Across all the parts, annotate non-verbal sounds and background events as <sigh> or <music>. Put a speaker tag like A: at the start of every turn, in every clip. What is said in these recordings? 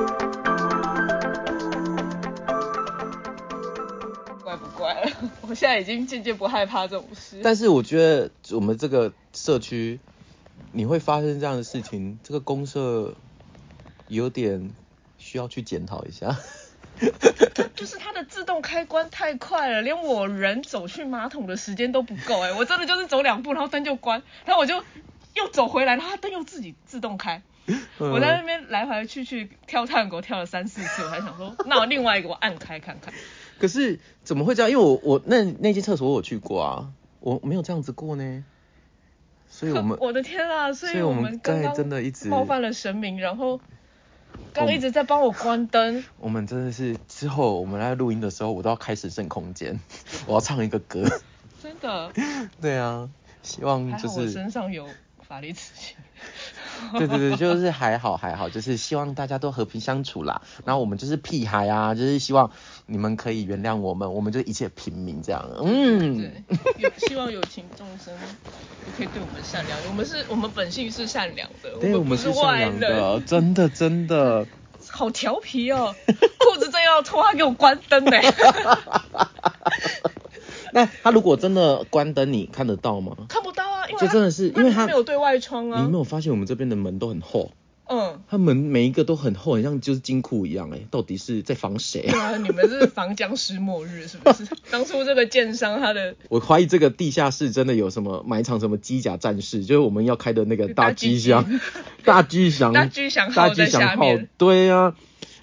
A: <laughs> 在已经渐渐不害怕这种事。
B: 但是我觉得我们这个社区，你会发生这样的事情，这个公社有点需要去检讨一下。
A: 它就是它的自动开关太快了，连我人走去马桶的时间都不够哎、我真的就是走两步，然后灯就关，然后我就又走回来，然后它灯又自己自动开。 <laughs>
B: 嗯
A: 我在那边来回去去跳探狗跳了三四次，我还想说，那我另外一个我按开看看。
B: 可是怎么会这样？因为我我那那间厕所我有去过啊，我没有这样子过呢。所以我们
A: <laughs> 我的天啊！所
B: 所以
A: 我
B: 我们刚
A: 刚
B: 才
A: 刚
B: 真的一直
A: 冒犯了神明，然后刚
B: 我
A: 刚一直在帮我关灯，
B: 我们真的是之后我们来录音的时候，我都要开始剩空间，
A: <laughs>
B: 我要唱一个歌。
A: 真的。
B: 对啊，希望
A: 还
B: 就
A: 好我
B: 是
A: 身上有法力刺 <laughs> 激。
B: 对对对，就是还好还好，就是希望大家都和平相处啦。然后我们就是屁孩啊，就是希望你们可以原谅我们，我们就一切平民这样。嗯，
A: 对，有希望有情众生也可以对我们善良。我们是我们本性是善良的，
B: 对，
A: 们
B: 我
A: 不
B: 们是善
A: 外
B: 良
A: 人。
B: 的， <laughs> 真的真的。
A: 好调皮哦，裤子正要脱，他给我关灯
B: <laughs>
A: 呢。
B: 那他如果真的关灯，你看得到吗？
A: 看不到啊，因为
B: 这
A: 他
B: 真的是因为他
A: 没有对外窗
B: 你
A: 啊
B: 没。有发现我们这边的门都很厚，
A: 嗯，
B: 它门每一个都很厚，很像就是金库一样哎、到底是在防谁
A: 对
B: 啊？
A: 啊，你们是防僵尸末日是
B: <laughs>
A: 不是？当初这个建商他的
B: 我怀疑这个地下室真的有什么埋藏什么机甲战士，就是我们要开的那个大机箱， <laughs> 大机箱，
A: 大巨响号在下
B: 大
A: 面，
B: 对啊，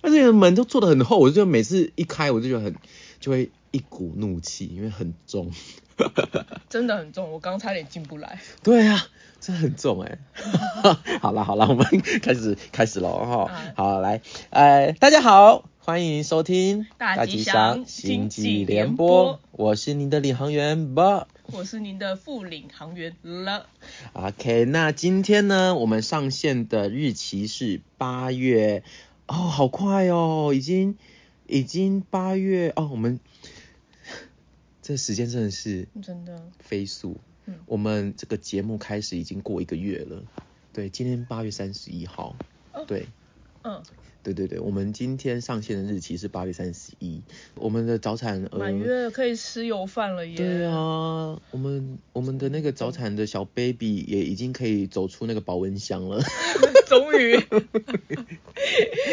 B: 而且门都做的很厚，我就每次一开我就觉得很就会一股怒气，因为很重。
A: 真的很重，我刚差点进不来。
B: <laughs> 对啊，这很重哎、 <laughs> 好啦好啦，我们开始开始喽哈
A: 嗯。
B: 好，来，呃，大家好，欢迎收听
A: 大吉祥经
B: 星际
A: 济
B: 联
A: 联
B: 播
A: 播，
B: 我是您的领航员 Bob。
A: 我是您的副领航员了，
B: OK，那今天呢，我们上线的日期是八月，哦，好快哦，已经已经八月哦，我们 <laughs> 这时间真的是
A: 真的，
B: 飞速。
A: 嗯
B: 我们这个节目开始已经过一个月了，对，今天八月三十一号，
A: 哦
B: 对。
A: 嗯，
B: 对对对，我们今天上线的日期是八月三十一，我们的早产儿，
A: 满月可以吃油饭了耶。
B: 呃对啊，我们我们的那个早产的小 baby 也已经可以走出那个保温箱了， <laughs>
A: 终 <laughs> 于，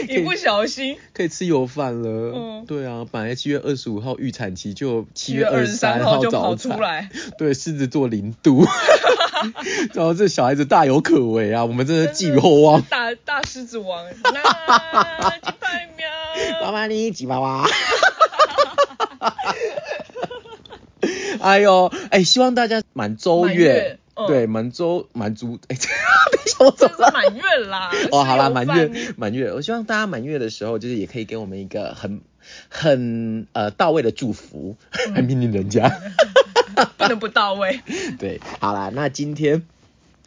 A: 一不小 <laughs> 心，
B: 可以吃油饭了。
A: 嗯
B: 对啊，本来七月二十五号预产期，就七
A: 七月二
B: 二
A: 十
B: 三
A: 三号就
B: 早
A: 跑出
B: 产， <laughs>
A: 来，
B: 对，狮子座零
A: <laughs>
B: 度，然后这小孩子大有可为啊，我们真的寄予厚望。
A: 大大狮子
B: <laughs>
A: 王，那击败喵，
B: 妈妈你吉娃娃。哎呦，哎，希望大家满周
A: 满月嗯
B: 对，满周满足，哎， <laughs> 等一下我
A: 这
B: 走
A: 是
B: 了。
A: 满月啦。
B: <laughs>
A: <laughs>
B: 哦，好啦，
A: 吃
B: 满
A: 油饭
B: 月，满月，我希望大家满月的时候，就是也可以给我们一个很很呃到位的祝福，还命令人家。 <laughs>
A: 不能不到位。
B: 对，好啦，那今天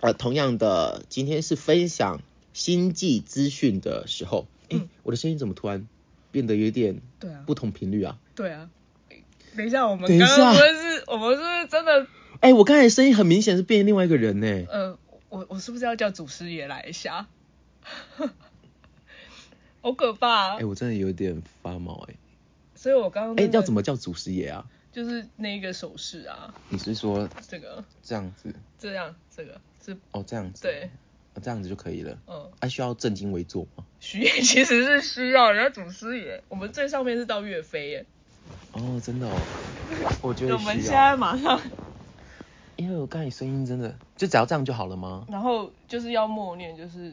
B: 呃，同样的，今天是分享星际资讯的时候，哎、
A: 嗯
B: 我的声音怎么突然变得有点
A: 对啊，
B: 不同频率啊？
A: 对啊。等一下，我
B: 等
A: 们
B: 一
A: 刚
B: 下
A: 刚不是，我们是不是真的，
B: 哎、我刚才声音很明显是变另外一个人呢、
A: 呃，我我是不是要叫祖师爷来一下？ <laughs> 好可怕、啊
B: 哎、我真的有点发毛哎、
A: 所以我刚刚
B: 哎、
A: 真的
B: 要怎么叫祖师爷啊？
A: 就是那个手势啊，
B: 你是说
A: 这个
B: 这样子？
A: 这样这个是
B: 哦，这样子。
A: 对，
B: 哦这样子就可以了。
A: 嗯，
B: 还、需要正襟危坐吗？
A: 许愿 <laughs> 其实是需要，人家祖师爷，我们最上面是到岳飞耶。
B: 哦，
A: <laughs>
B: 真的哦，我觉
A: 那
B: 得
A: 我们
B: 需
A: 现
B: 要。
A: 在马上，
B: 因为我刚才声音真的，就只要这样就好了吗？
A: 然后就是要默念，就是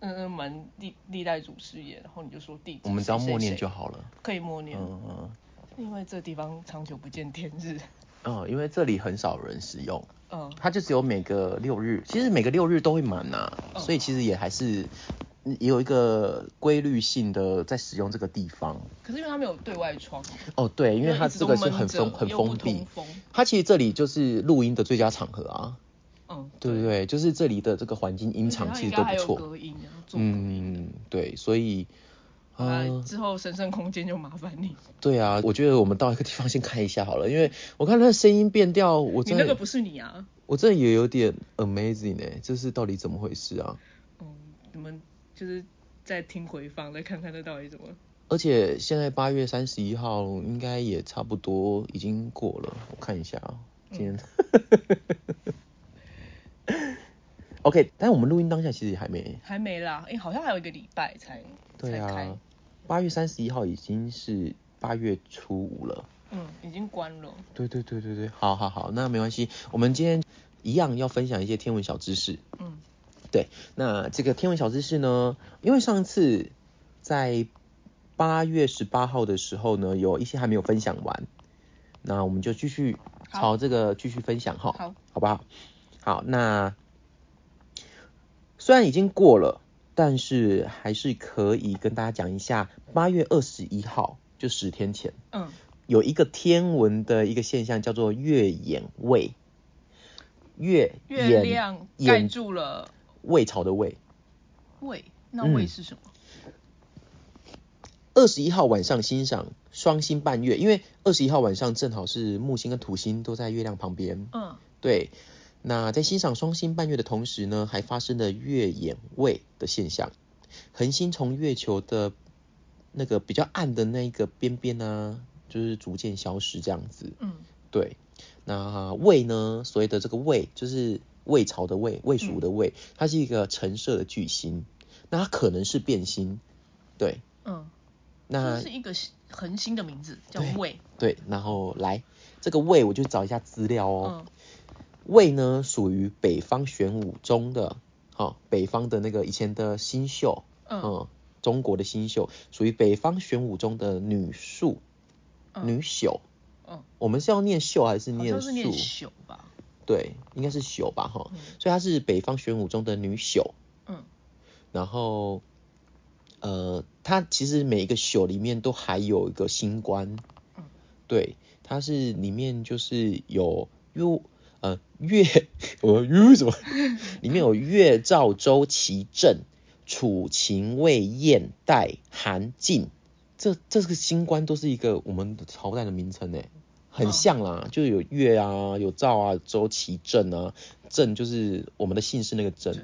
A: 嗯嗯门历历代祖师爷，然后你就说地址，
B: 我们只要
A: 谁谁
B: 默念就
A: 谁
B: 好了。
A: 可以默念，
B: 嗯嗯。
A: 因为这地方长久不见天日。
B: 嗯，因为这里很少人使用，
A: 嗯，
B: 它就只有每个六日，其实每个六日都会满呐、
A: 嗯
B: 所以其实也还是嗯也有一个规律性的在使用这个地方。
A: 可是因为它没有对外窗，
B: 哦，对，因为它
A: 一直
B: 这
A: 都
B: 个是
A: 闷
B: 很
A: 着
B: 封很
A: 又不
B: 封闭
A: 通，风
B: 它其实这里就是录音的最佳场合啊，
A: 嗯，
B: 对不
A: 对？
B: 对？就是这里的这个环境音场其实
A: 它
B: 都不
A: 应该还有
B: 错，
A: 隔音，然后做隔音。
B: 嗯，对，所以。
A: 好
B: 啊、
A: 啦之后神圣空间就麻烦你，
B: 对啊，我觉得我们到一个地方先看一下好了，因为我看他的声音变调，我
A: 你
B: 真
A: 那
B: 的
A: 个不是你啊，
B: 我真的也有点 amazing 哎、这是到底怎么回事啊？
A: 嗯，你们就是再听回放，再看看那到底怎么
B: 而且现在八月三十一号应该也差不多已经过了，我看一下啊、今天。OK，但我们录音当下其实还没。
A: 还没啦，哎、好像还有一个礼拜才
B: 对
A: 才开
B: 啊，，八月三十一号已经是八月初五了。
A: 嗯，已经关了。
B: 对对对对对，好好好，那没关系，我们今天一样要分享一些天文小知识。
A: 嗯
B: 对，那这个天文小知识呢，因为上次在八月十八号的时候呢，有一些还没有分享完，那我们就继续
A: 好
B: 朝这个继续分享哈，
A: 好，
B: 好不好？好，那虽然已经过了，但是还是可以跟大家讲一下，八月二十一号就十天前。
A: 嗯，
B: 有一个天文的一个现象叫做月掩位，月
A: 月
B: 掩
A: 亮盖
B: 眼
A: 住了
B: 魏朝的魏。
A: 胃，那
B: 嗯
A: 胃是什么？
B: 二十一号晚上欣赏双星伴月，因为二十一号晚上正好是木星跟土星都在月亮旁边。
A: 嗯
B: 对，那在欣赏双星伴月的同时呢，还发生了月掩位的现象，恒星从月球的那个比较暗的那个边边呢、就是逐渐消失这样子。
A: 嗯
B: 对，那魏呢？所谓的这个魏，就是魏朝的魏，魏蜀的魏，它是一个橙色的巨星，那它可能是变星。对，
A: 嗯，这
B: 那
A: 是一个恒星的名字，叫
B: 对
A: 胃。
B: 对，然后来这个魏，我就找一下资料哦。
A: 嗯
B: 魏呢，属于北方玄武中的，好、北方的那个以前的星宿，
A: 嗯
B: 中国的星宿，属于北方玄武中的女宿、
A: 嗯
B: 女宿。
A: 嗯，
B: 我们是要念宿还是
A: 好
B: 念
A: 像是念
B: 宿？
A: 朽吧？
B: 对，应该是宿吧，哈。
A: 嗯
B: 所以她是北方玄武中的女宿。
A: 嗯
B: 然后，呃，它其实每一个宿里面都还有一个星官。
A: 嗯
B: 对，它是里面就是有月呃月我
A: <laughs>
B: 月什么？里面有月照周齐正楚秦魏燕代韩晋，这这个星官都是一个我们朝代的名称诶，很
A: 嗯
B: 像啦，就有月啊，有赵啊，有周齐正啊，正就是我们的姓氏那个正
A: 正，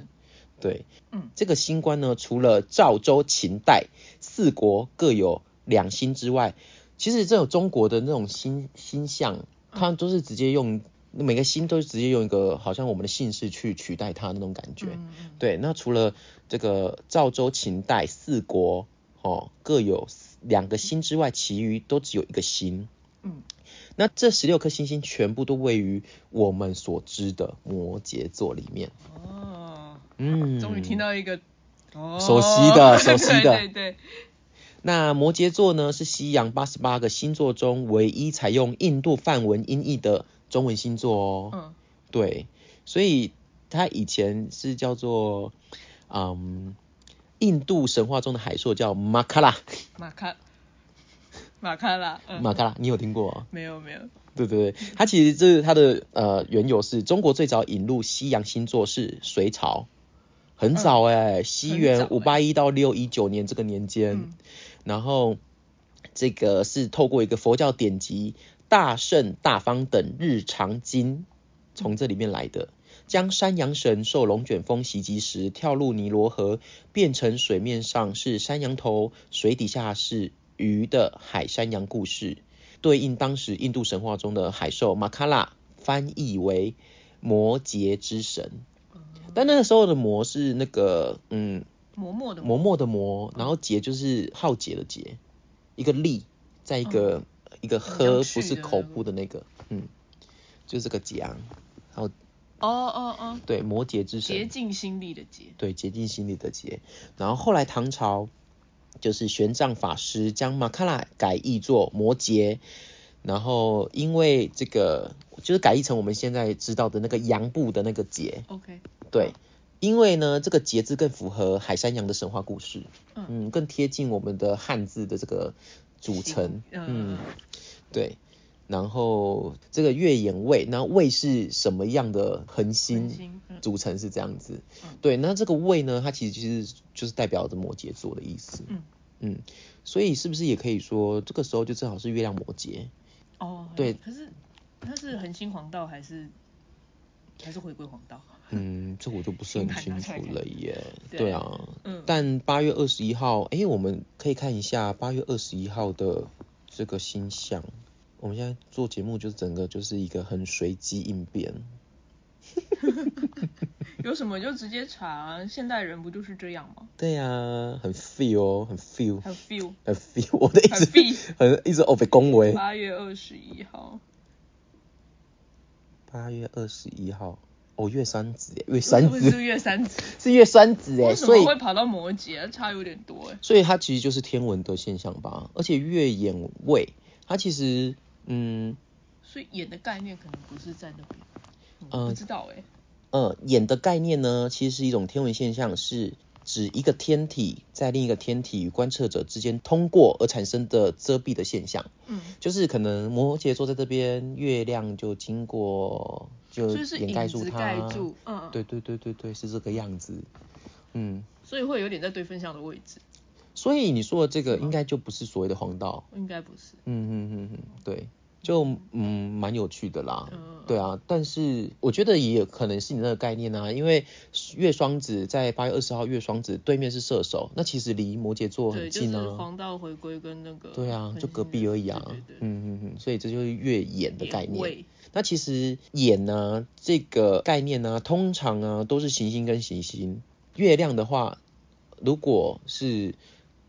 B: 对，
A: 嗯，
B: 这个星官呢，除了赵、周、秦、代四国各有两星之外，其实这种中国的那种星星象，它都是直接用每个星都是直接用一个好像我们的姓氏去取代它那种感觉。
A: 嗯嗯
B: 对，那除了这个赵、周、秦、代四国哦各有两个星之外，其余都只有一个星。
A: 嗯
B: 那这十六颗星星全部都位于我们所知的摩羯座里面。
A: 哦，
B: 嗯，
A: 终于听到一个哦
B: 熟悉的熟悉
A: <laughs>
B: 的
A: 对对对，
B: 那摩羯座呢，是西洋八十八个星座中唯一采用印度梵文音译的中文星座哦。
A: 嗯
B: 对，所以它以前是叫做，嗯，印度神话中的海兽叫马卡拉，
A: 马卡马卡拉，嗯，
B: 马卡拉，你有听过、哦？
A: 没有没有，
B: 对对对，它其实这是它的呃缘由是中国最早引入西洋星座是隋朝，很早哎、西元五
A: 嗯很欸
B: 八一到六一九年这个年间，
A: 嗯
B: 然后这个是透过一个佛教典籍《大圣大方等日常经》从这里面来的。将山羊神受龙卷风袭击时跳入尼罗河，变成水面上是山羊头，水底下是鱼的海山羊故事，对应当时印度神话中的海兽马卡拉，翻译为摩羯之神。但那个时候的魔是那个嗯
A: 磨墨的
B: 磨墨的磨，然后杰就是浩劫的劫，一个力，在一个、
A: 哦
B: 一个喝，
A: 很
B: 不
A: 像
B: 是
A: 去的
B: 口
A: 那个
B: 部的那个，嗯，就是这个劫啊。然后
A: 哦哦哦，
B: 对摩羯之
A: 竭
B: 神，
A: 尽心力的竭，
B: 对竭尽心力的竭。然后后来唐朝就是玄奘法师将马卡拉改译作摩羯，然后因为这个就是改译成我们现在知道的那个羊部的那个节，
A: OK，
B: 对，因为呢，这个“节”字更符合海山羊的神话故事，
A: 嗯
B: 嗯，更贴近我们的汉字的这个组成
A: 行，嗯，
B: 对。然后这个月掩位，那位是什么样的恒
A: 恒
B: 星
A: 星嗯
B: 组成是这样子？
A: 嗯
B: 对，那这个位呢，它其实就是就是代表着摩羯座的意思。
A: 嗯
B: 嗯，所以是不是也可以说，这个时候就正好是月亮摩羯？
A: 哦，
B: 对
A: 可是它是恒星黄道还是还是回归黄道？ <laughs>
B: 嗯，这我就不是很清楚了耶。
A: 对
B: 对啊，
A: 嗯
B: 但八月二十一号，哎、我们可以看一下八月二十一号的这个星象。我们现在做节目就是整个就是一个很随机应变。
A: 有什么就直接查啊，现代人不就是这样吗？
B: 对呀、啊，很 feel 哦，很 feel，
A: 还有
B: <laughs>
A: feel，
B: 很 feel。我的一
A: 很
B: 直 <laughs>
A: feel
B: 很一直哦被恭维。
A: 八月二十一号，
B: 八月二十一号，哦，月三子耶，月
A: 是
B: 三
A: 不
B: 子
A: 是月三子？
B: 是月三子哎，
A: 为什
B: 所以
A: 么会跑到摩羯？差有点多哎。
B: 所以它其实就是天文的现象吧。而且月掩位，它其实嗯
A: 所以眼的概念可能不是在那边，嗯
B: 呃
A: 不知道哎、
B: 呃眼的概念呢，其实是一种天文现象，是指一个天体在另一个天体与观测者之间通过而产生的遮蔽的现象。
A: 嗯，
B: 就是可能摩羯座在这边，月亮就经过就
A: 就是
B: 呃掩盖
A: 影
B: 住
A: 子
B: 它，
A: 盖住，嗯，
B: 对对对对对，是这个样子。嗯，
A: 所以会有点在对分项的位置，
B: 所以你说的这个
A: 是吗
B: 应该就不是所谓的黄道。
A: 应该不是，
B: 嗯嗯嗯嗯，对，就嗯蛮有趣的啦。
A: 嗯
B: 对啊，但是我觉得也有可能是你那个概念啊，因为月双子在八月二十号，月双子对面是射手，那其实离摩羯座
A: 对，
B: 很
A: 就是
B: 近啊。
A: 黄道回归跟那个，
B: 对啊，就隔壁而已啊。
A: 对对对，
B: 嗯嗯嗯，所以这就是月眼的概
A: 眼
B: 念。
A: 位
B: 那其实眼呢、这个概念呢、通常啊都是行星跟行星。月亮的话，如果是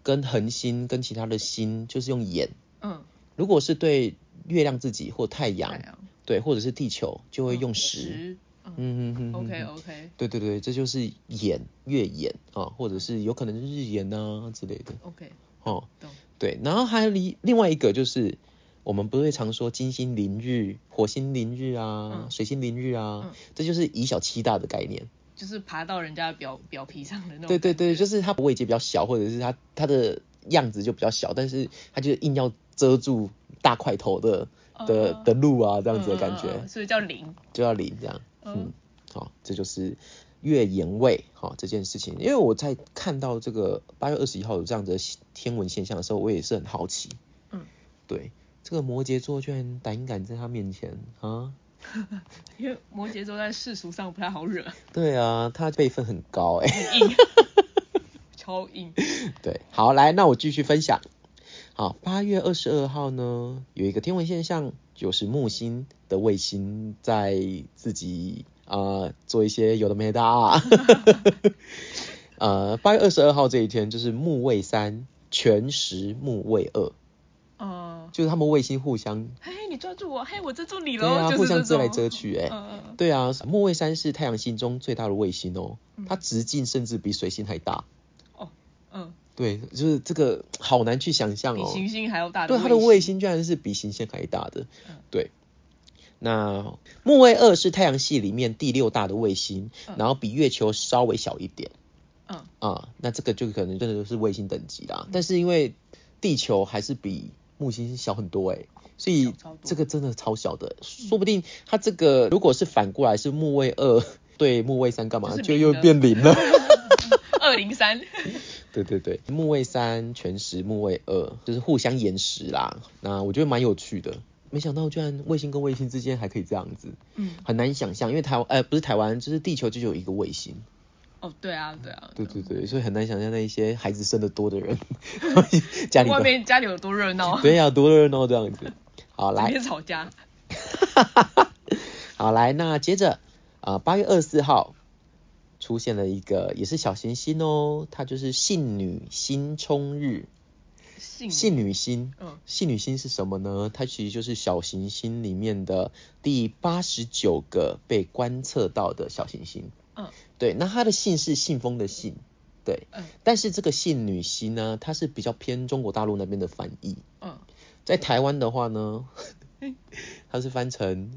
B: 跟恒星跟其他的星，就是用眼；
A: 嗯，
B: 如果是对月亮自己或太阳，
A: 太阳
B: 对，或者是地球，就会用时。
A: 十，嗯
B: 嗯嗯嗯
A: ，OK OK
B: 对对对，这就是眼月眼啊，或者是有可能是日眼啊之类的
A: OK，
B: 哦。
A: 懂，
B: 对，然后还有另另外一个就是，我们不是会常说金星凌日、火星凌日啊、
A: 嗯
B: 水星凌日啊，
A: 嗯
B: 这就是以小欺大的概念。
A: 就是爬到人家的表表皮上的那种，
B: 对对对，就是它位阶比较小，或者是它它的样子就比较小，但是它就硬要遮住大块头的的、
A: 哦
B: 的路啊，这样子的感觉，
A: 嗯嗯嗯嗯所以叫零，
B: 就要零这样。嗯
A: 嗯，
B: 好、这就是月言位好、这件事情，因为我在看到这个八月二十一号有这样的天文现象的时候，我也是很好奇。
A: 嗯，
B: 对，这个摩羯座居然胆敢在他面前啊！
A: 因为摩羯座在世俗上不太好惹，
B: <laughs> 对啊，他辈分很高哎、
A: 很硬， <laughs> 超硬，
B: 对，好，来，那我继续分享。好，八月二十二号呢，有一个天文现象，就是木星的卫星在自己啊、呃做一些有的没的啊。 <laughs> 呃，八月二十二号这一天就是木卫三全食木卫二，
A: 嗯。
B: 就是他们卫星互相
A: 嘿，你抓住我，嘿，我遮住你
B: 对
A: 喽，
B: 啊，
A: 就是
B: 互相
A: 这
B: 遮来
A: 种
B: 遮去哎、
A: 嗯嗯嗯
B: 对啊，木卫三是太阳系中最大的卫星哦，
A: 嗯
B: 它直径甚至比水星还大。
A: 哦，嗯，
B: 对，就是这个好难去想象
A: 比
B: 哦。
A: 行星还要大的
B: 对，
A: 卫星，
B: 它的卫星居然是比行星还大的。
A: 嗯
B: 对，那木卫二是太阳系里面第六大的卫星，
A: 嗯
B: 然后比月球稍微小一点
A: 嗯，
B: 啊、那这个就可能真的是卫星等级啦。但是因为地球还是比木星小很多哎、所
A: 小
B: 以
A: 超多
B: 这个真的超小的，说不定它这个如果是反过来是木卫二对木卫三干嘛，
A: 就是
B: 就
A: 零
B: 又
A: 了
B: 变零了。
A: 二零三，
B: 对对对，木卫三全食，木卫二就是互相延时啦。那我觉得蛮有趣的，没想到居然卫星跟卫星之间还可以这样子，
A: 嗯，
B: 很难想象，因为台湾呃不是台湾，就是地球就有一个卫星。
A: 哦，对啊，对啊，
B: 对对对，所以很难想象那一些孩子生的多的人， <laughs> 家里
A: 外
B: 的
A: 面家里有多热闹，
B: 对呀、啊多热闹哦这样子。好
A: 整
B: 来，
A: 天吵架，
B: 好来，那接着啊，八、月二十四号出现了一个也是小行星哦，它就是信女星冲日，
A: 性
B: 信女星。
A: 嗯，
B: 信女星是什么呢？它其实就是小行星里面的第八十九个被观测到的小行星。
A: 嗯，
B: 对，那它的姓是信封的信，对。
A: 嗯
B: 但是这个信女星呢，它是比较偏中国大陆那边的翻译，
A: 嗯，
B: 在台湾的话
A: <laughs>
B: 呢，它是翻成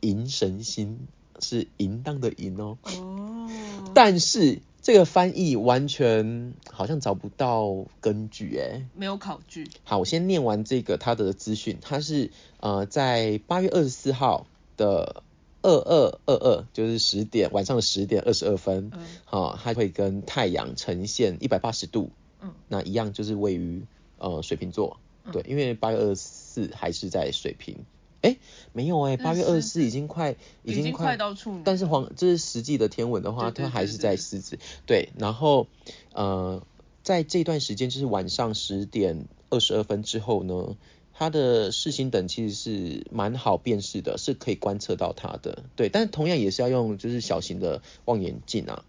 B: 银神星，是淫荡的淫哦。
A: 哦，
B: 但是这个翻译完全好像找不到根据欸诶、
A: 没有考据，
B: 好，我先念完这个他的资讯，他是呃在八月二十四号的二二二二，就是十点晚上的十点二十二分，
A: 嗯
B: 好、它会跟太阳呈现一百八十度，
A: 嗯
B: 那一样就是位于呃水瓶座，
A: 嗯
B: 对，因为八月二十四还是在水瓶，哎、没有哎、
A: 24
B: 八月二十四已经快，
A: 已
B: 经
A: 经快到处女
B: 但是黄这是实际的天文的话，
A: 嗯对对
B: 它还
A: 对
B: 是
A: 对
B: 在狮子。对，然后呃，在这段时间就是晚上十点二十二分之后呢，它的视星等其实是蛮好辨识的，是可以观测到它的。对，但是同样也是要用就是小型的望远镜啊。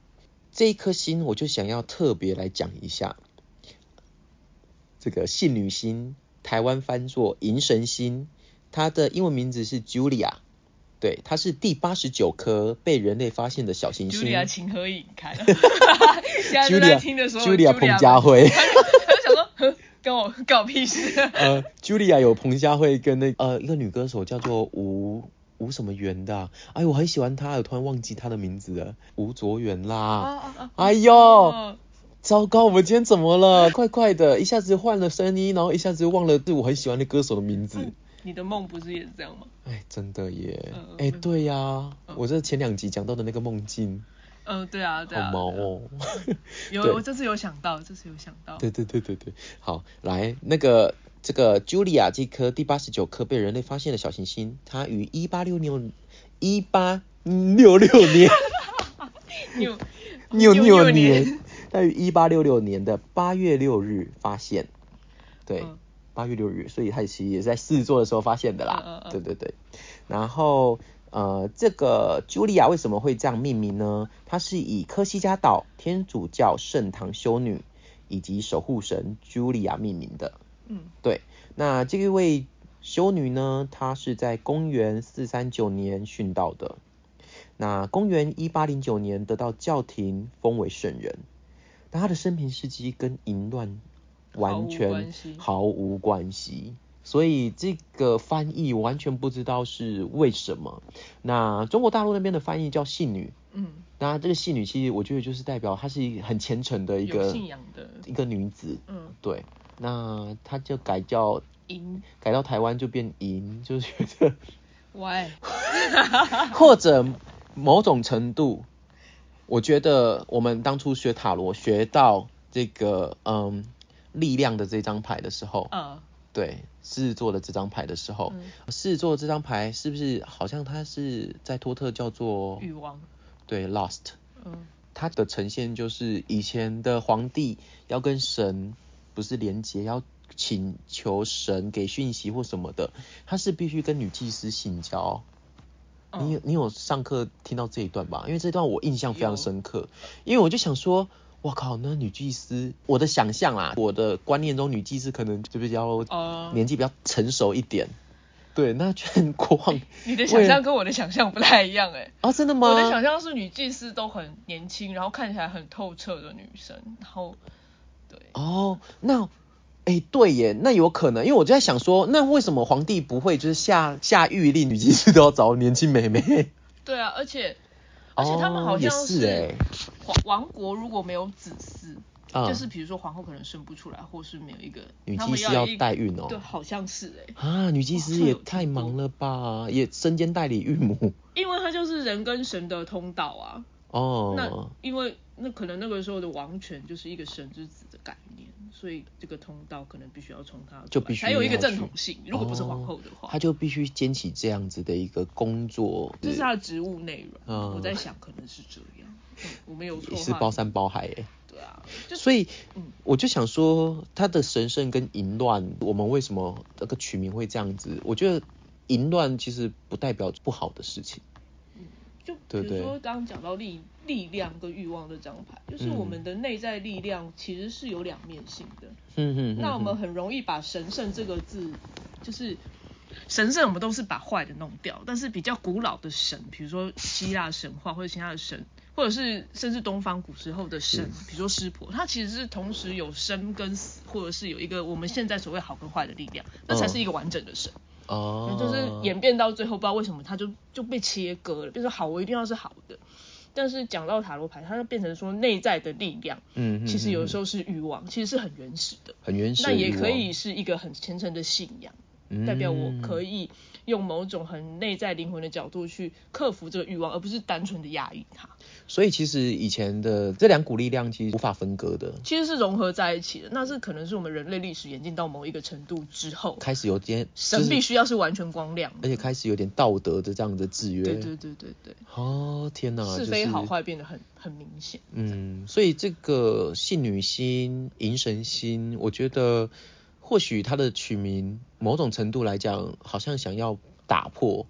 B: 这一颗星我就想要特别来讲一下，这个信女星，台湾翻作银神星，它的英文名字是 Julia，对，它是第八十九颗被人类发现的小行星。
A: Julia 情何以
B: <laughs>
A: 堪？现在正在听的时候
B: Julia 彭佳慧，
A: 他就想说，呵跟我搞屁事。
B: 呃，Julia 有彭佳慧跟那呃一个女歌手叫做吴吴什么元的啊、哎呦我很喜欢她，我突然忘记她的名字了，吴卓元啦。
A: 哦哦
B: 哎呦，
A: 哦，
B: 糟糕，我们今天怎么了？快快的，一下子换了声音，然后一下子忘了对我很喜欢的歌手的名字。
A: 你的梦不是也是这样吗？
B: 哎，真的耶！
A: 嗯
B: 哎、
A: 嗯
B: 对呀、
A: 嗯
B: 我这前两集讲到的那个梦境，
A: 嗯，对啊，对
B: 好
A: 啊，
B: 毛哦。
A: 有
B: 对
A: 我这次有想到，这次有想到。 <laughs>
B: 对对对对对，好，来那个这个 Julia 这颗第八十九颗被人类发现的小行星，它于一八六六一八六六
A: <laughs>
B: 年
A: 扭
B: 六六
A: 年，
B: 年，它于一八六六年的八月六日发现。对，
A: 嗯
B: 八月六日，所以它其实也是在狮子座的时候发现的啦。
A: 嗯嗯嗯
B: 对对对。然后呃，这个茱莉亚为什么会这样命名呢？它是以科西嘉岛天主教圣堂修女以及守护神茱莉亚命名的。
A: 嗯，
B: 对，那这一位修女呢，她是在公元四三九年殉道的。那公元一八零九年得到教廷封为圣人。那她的生平事迹跟淫乱
A: 毫
B: 完
A: 无
B: 全
A: 关系
B: 毫无关系，所以这个翻译完全不知道是为什么。那中国大陆那边的翻译叫信女，
A: 嗯，
B: 那这个信女其实我觉得就是代表她是一个很虔诚的一
A: 有
B: 个
A: 信仰的，
B: 一个女子，
A: 嗯，
B: 对，那他就改叫
A: 赢
B: 改到台湾就变银，就觉得 <laughs>
A: ，why？
B: 或者某种程度，我觉得我们当初学塔罗学到这个嗯力量的这张牌的时候，
A: 啊，
B: 对狮子座的这张牌的时候，
A: 嗯
B: 狮子座这张牌是不是好像它是在托特叫做
A: 欲望，
B: 对 Lost，
A: 嗯
B: 它的呈现就是以前的皇帝要跟神不是连接，要请求神给讯息或什么的，他是必须跟女祭司性交。你有
A: 嗯，
B: 你有上课听到这一段吧？因为这段我印象非常
A: 有
B: 深刻，因为我就想说，我靠，那女祭司，我的想象啦，我的观念中女祭司可能就比较
A: 哦
B: 年纪比较成熟一点，对，那居然国王
A: 你的想象跟我的想象不太一样哎。
B: 啊，真的 <laughs> 吗？
A: 我的想象是女祭司都很年轻，然后看起来很透彻的女生，然后对，
B: 哦，那，哎、对耶，那有可能，因为我就在想说，那为什么皇帝不会就是下下谕令女祭司都要找年轻美眉？
A: 对啊，而且而且他们
B: 哦
A: 好像
B: 也是哎，
A: 皇王国如果没有子嗣，
B: 啊
A: 就是比如说皇后可能生不出来，或是没有一个
B: 嗯女
A: 他
B: 祭
A: 们
B: 司
A: 要
B: 要
A: 一个
B: 代孕哦
A: 对，好像是哎、
B: 啊，女祭
A: 我好
B: 司
A: 像
B: 也
A: 有听
B: 太忙
A: 过
B: 了吧，也身兼代理孕母
A: 因为它就是人跟神的通道啊。那
B: 哦。
A: 因为那可能那个时候的王权就是一个神之子的概念，所以这个通道可能必须要从他
B: 就必须
A: 才有一个
B: 要去哦
A: 正统性。如果不是皇后的话，
B: 她就必须肩起这样子的一个工作，
A: 这是他的职务内容。
B: 嗯
A: 我在想可能是这样，嗯、我没有错
B: 也
A: 的话
B: 是包山包海耶。
A: 对啊，就是
B: 所以
A: 嗯
B: 我就想说，它的神圣跟淫乱，我们为什么那个取名会这样子？我觉得淫乱其实不代表不好的事情。
A: 就比
B: 对
A: 如
B: 对
A: 说刚刚讲到力力量跟欲望这张牌，就是
B: 嗯
A: 我们的内在力量其实是有两面性的。
B: 哼哼哼
A: 那我们
B: 哼
A: 很容易把神圣这个字，就是神圣，我们都是把坏的弄掉。但是比较古老的神，比如说希腊神话或者其他的神，或者是甚至东方古时候的神，
B: 嗯
A: 比如说湿婆，它其实是同时有生跟死，或者是有一个我们现在所谓好跟坏的力量，那才是一个完整的神。
B: 哦，
A: 就是演变到最后，不知道为什么它就就被切割了，变成好，我一定要是好的。但是讲到塔罗牌，它就变成说内在的力量，
B: 嗯哼
A: 其实有
B: 哼
A: 时候是欲望，其实是很原始的。
B: 很原始
A: 那
B: 的欲
A: 也
B: 望，嗯
A: 可以是一个很虔诚的信仰，代表我可
B: 以
A: 以用某种很内在灵魂的角度去克服这个欲望，而不是单纯的压抑它。
B: 所以其实以前的这两股力量其实无法分割的，
A: 其实是融合在一起的。那是可能是我们人类历史演进到某一个程度之后，
B: 开始有点
A: 神
B: 就是
A: 必须要是完全光亮的。
B: 而且开始有点道德的这样的制约。
A: 对对对对对，
B: 哦，天哪，
A: 是非好
B: 就是
A: 坏变得很很明显。
B: 嗯，所以这个信女星、迎神星，我觉得或许它的取名某种程度来讲，好像想要打破。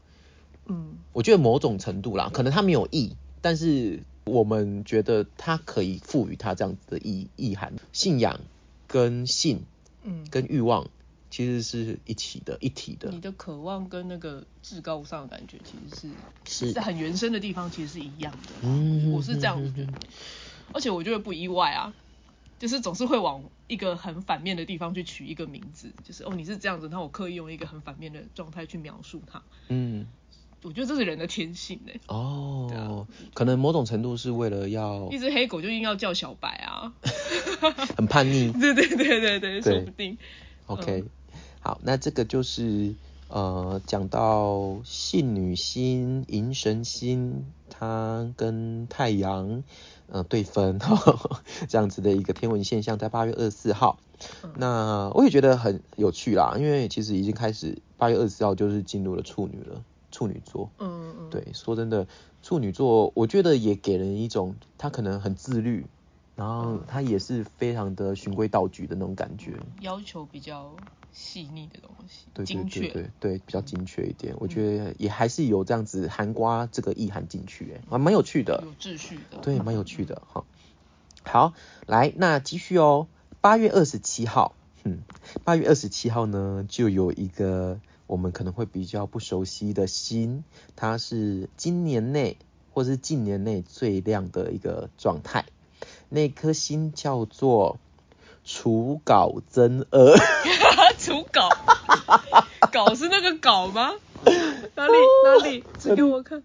A: 嗯，
B: 我觉得某种程度啦，可能它没有意，但是我们觉得它可以赋予它这样子的意意涵。信仰跟性
A: 嗯，
B: 跟欲望其实是一起的，一体的
A: 你，的渴望跟那个至高无上的感觉，其实是
B: 是
A: 在很原生的地方，其实是一样的。
B: 嗯
A: 我是这样觉得，而且我觉得不意外啊，就是总是会往一个很反面的地方去取一个名字，就是哦你是这样子，那我刻意用一个很反面的状态去描述它，
B: 嗯。
A: 我觉得这是人的天性哎、对啊
B: 哦，可能某种程度是为了
A: <laughs>
B: 要
A: 一只黑狗就硬要叫小白啊， <laughs>
B: 很叛逆，
A: 对对对对对，
B: 对
A: 说不定
B: OK，、好，那这个就是呃讲到信女星、银神星，它跟太阳呃对分 <laughs> 这样子的一个天文现象，在八月二十四号。
A: 嗯
B: 那我也觉得很有趣啦，因为其实已经开始八月二十四号就是进入了处女了，处女座。
A: 嗯嗯
B: 对，说真的，处女座我觉得也给人一种他可能很自律，然后
A: 嗯
B: 他也是非常的循规蹈矩的那种感觉。
A: 要求比较细腻的东西，
B: 对对
A: 精
B: 对
A: 确，嗯
B: 对对，比较精确一点，我觉得也还是有这样子含瓜这个意涵进去，哎，还蛮有趣的，
A: 有秩序的，<laughs>
B: 对，蛮有趣的哈。好，来，那继续哦，八月二十七号，嗯，八月二十七号呢，就有一个我们可能会比较不熟悉的星，它是今年内或是近年内最亮的一个状态，那颗星叫做除睾增厄。
A: 除稿， <laughs> 稿是那个稿
B: <laughs>
A: 吗？哪里哪里？指给我看。哦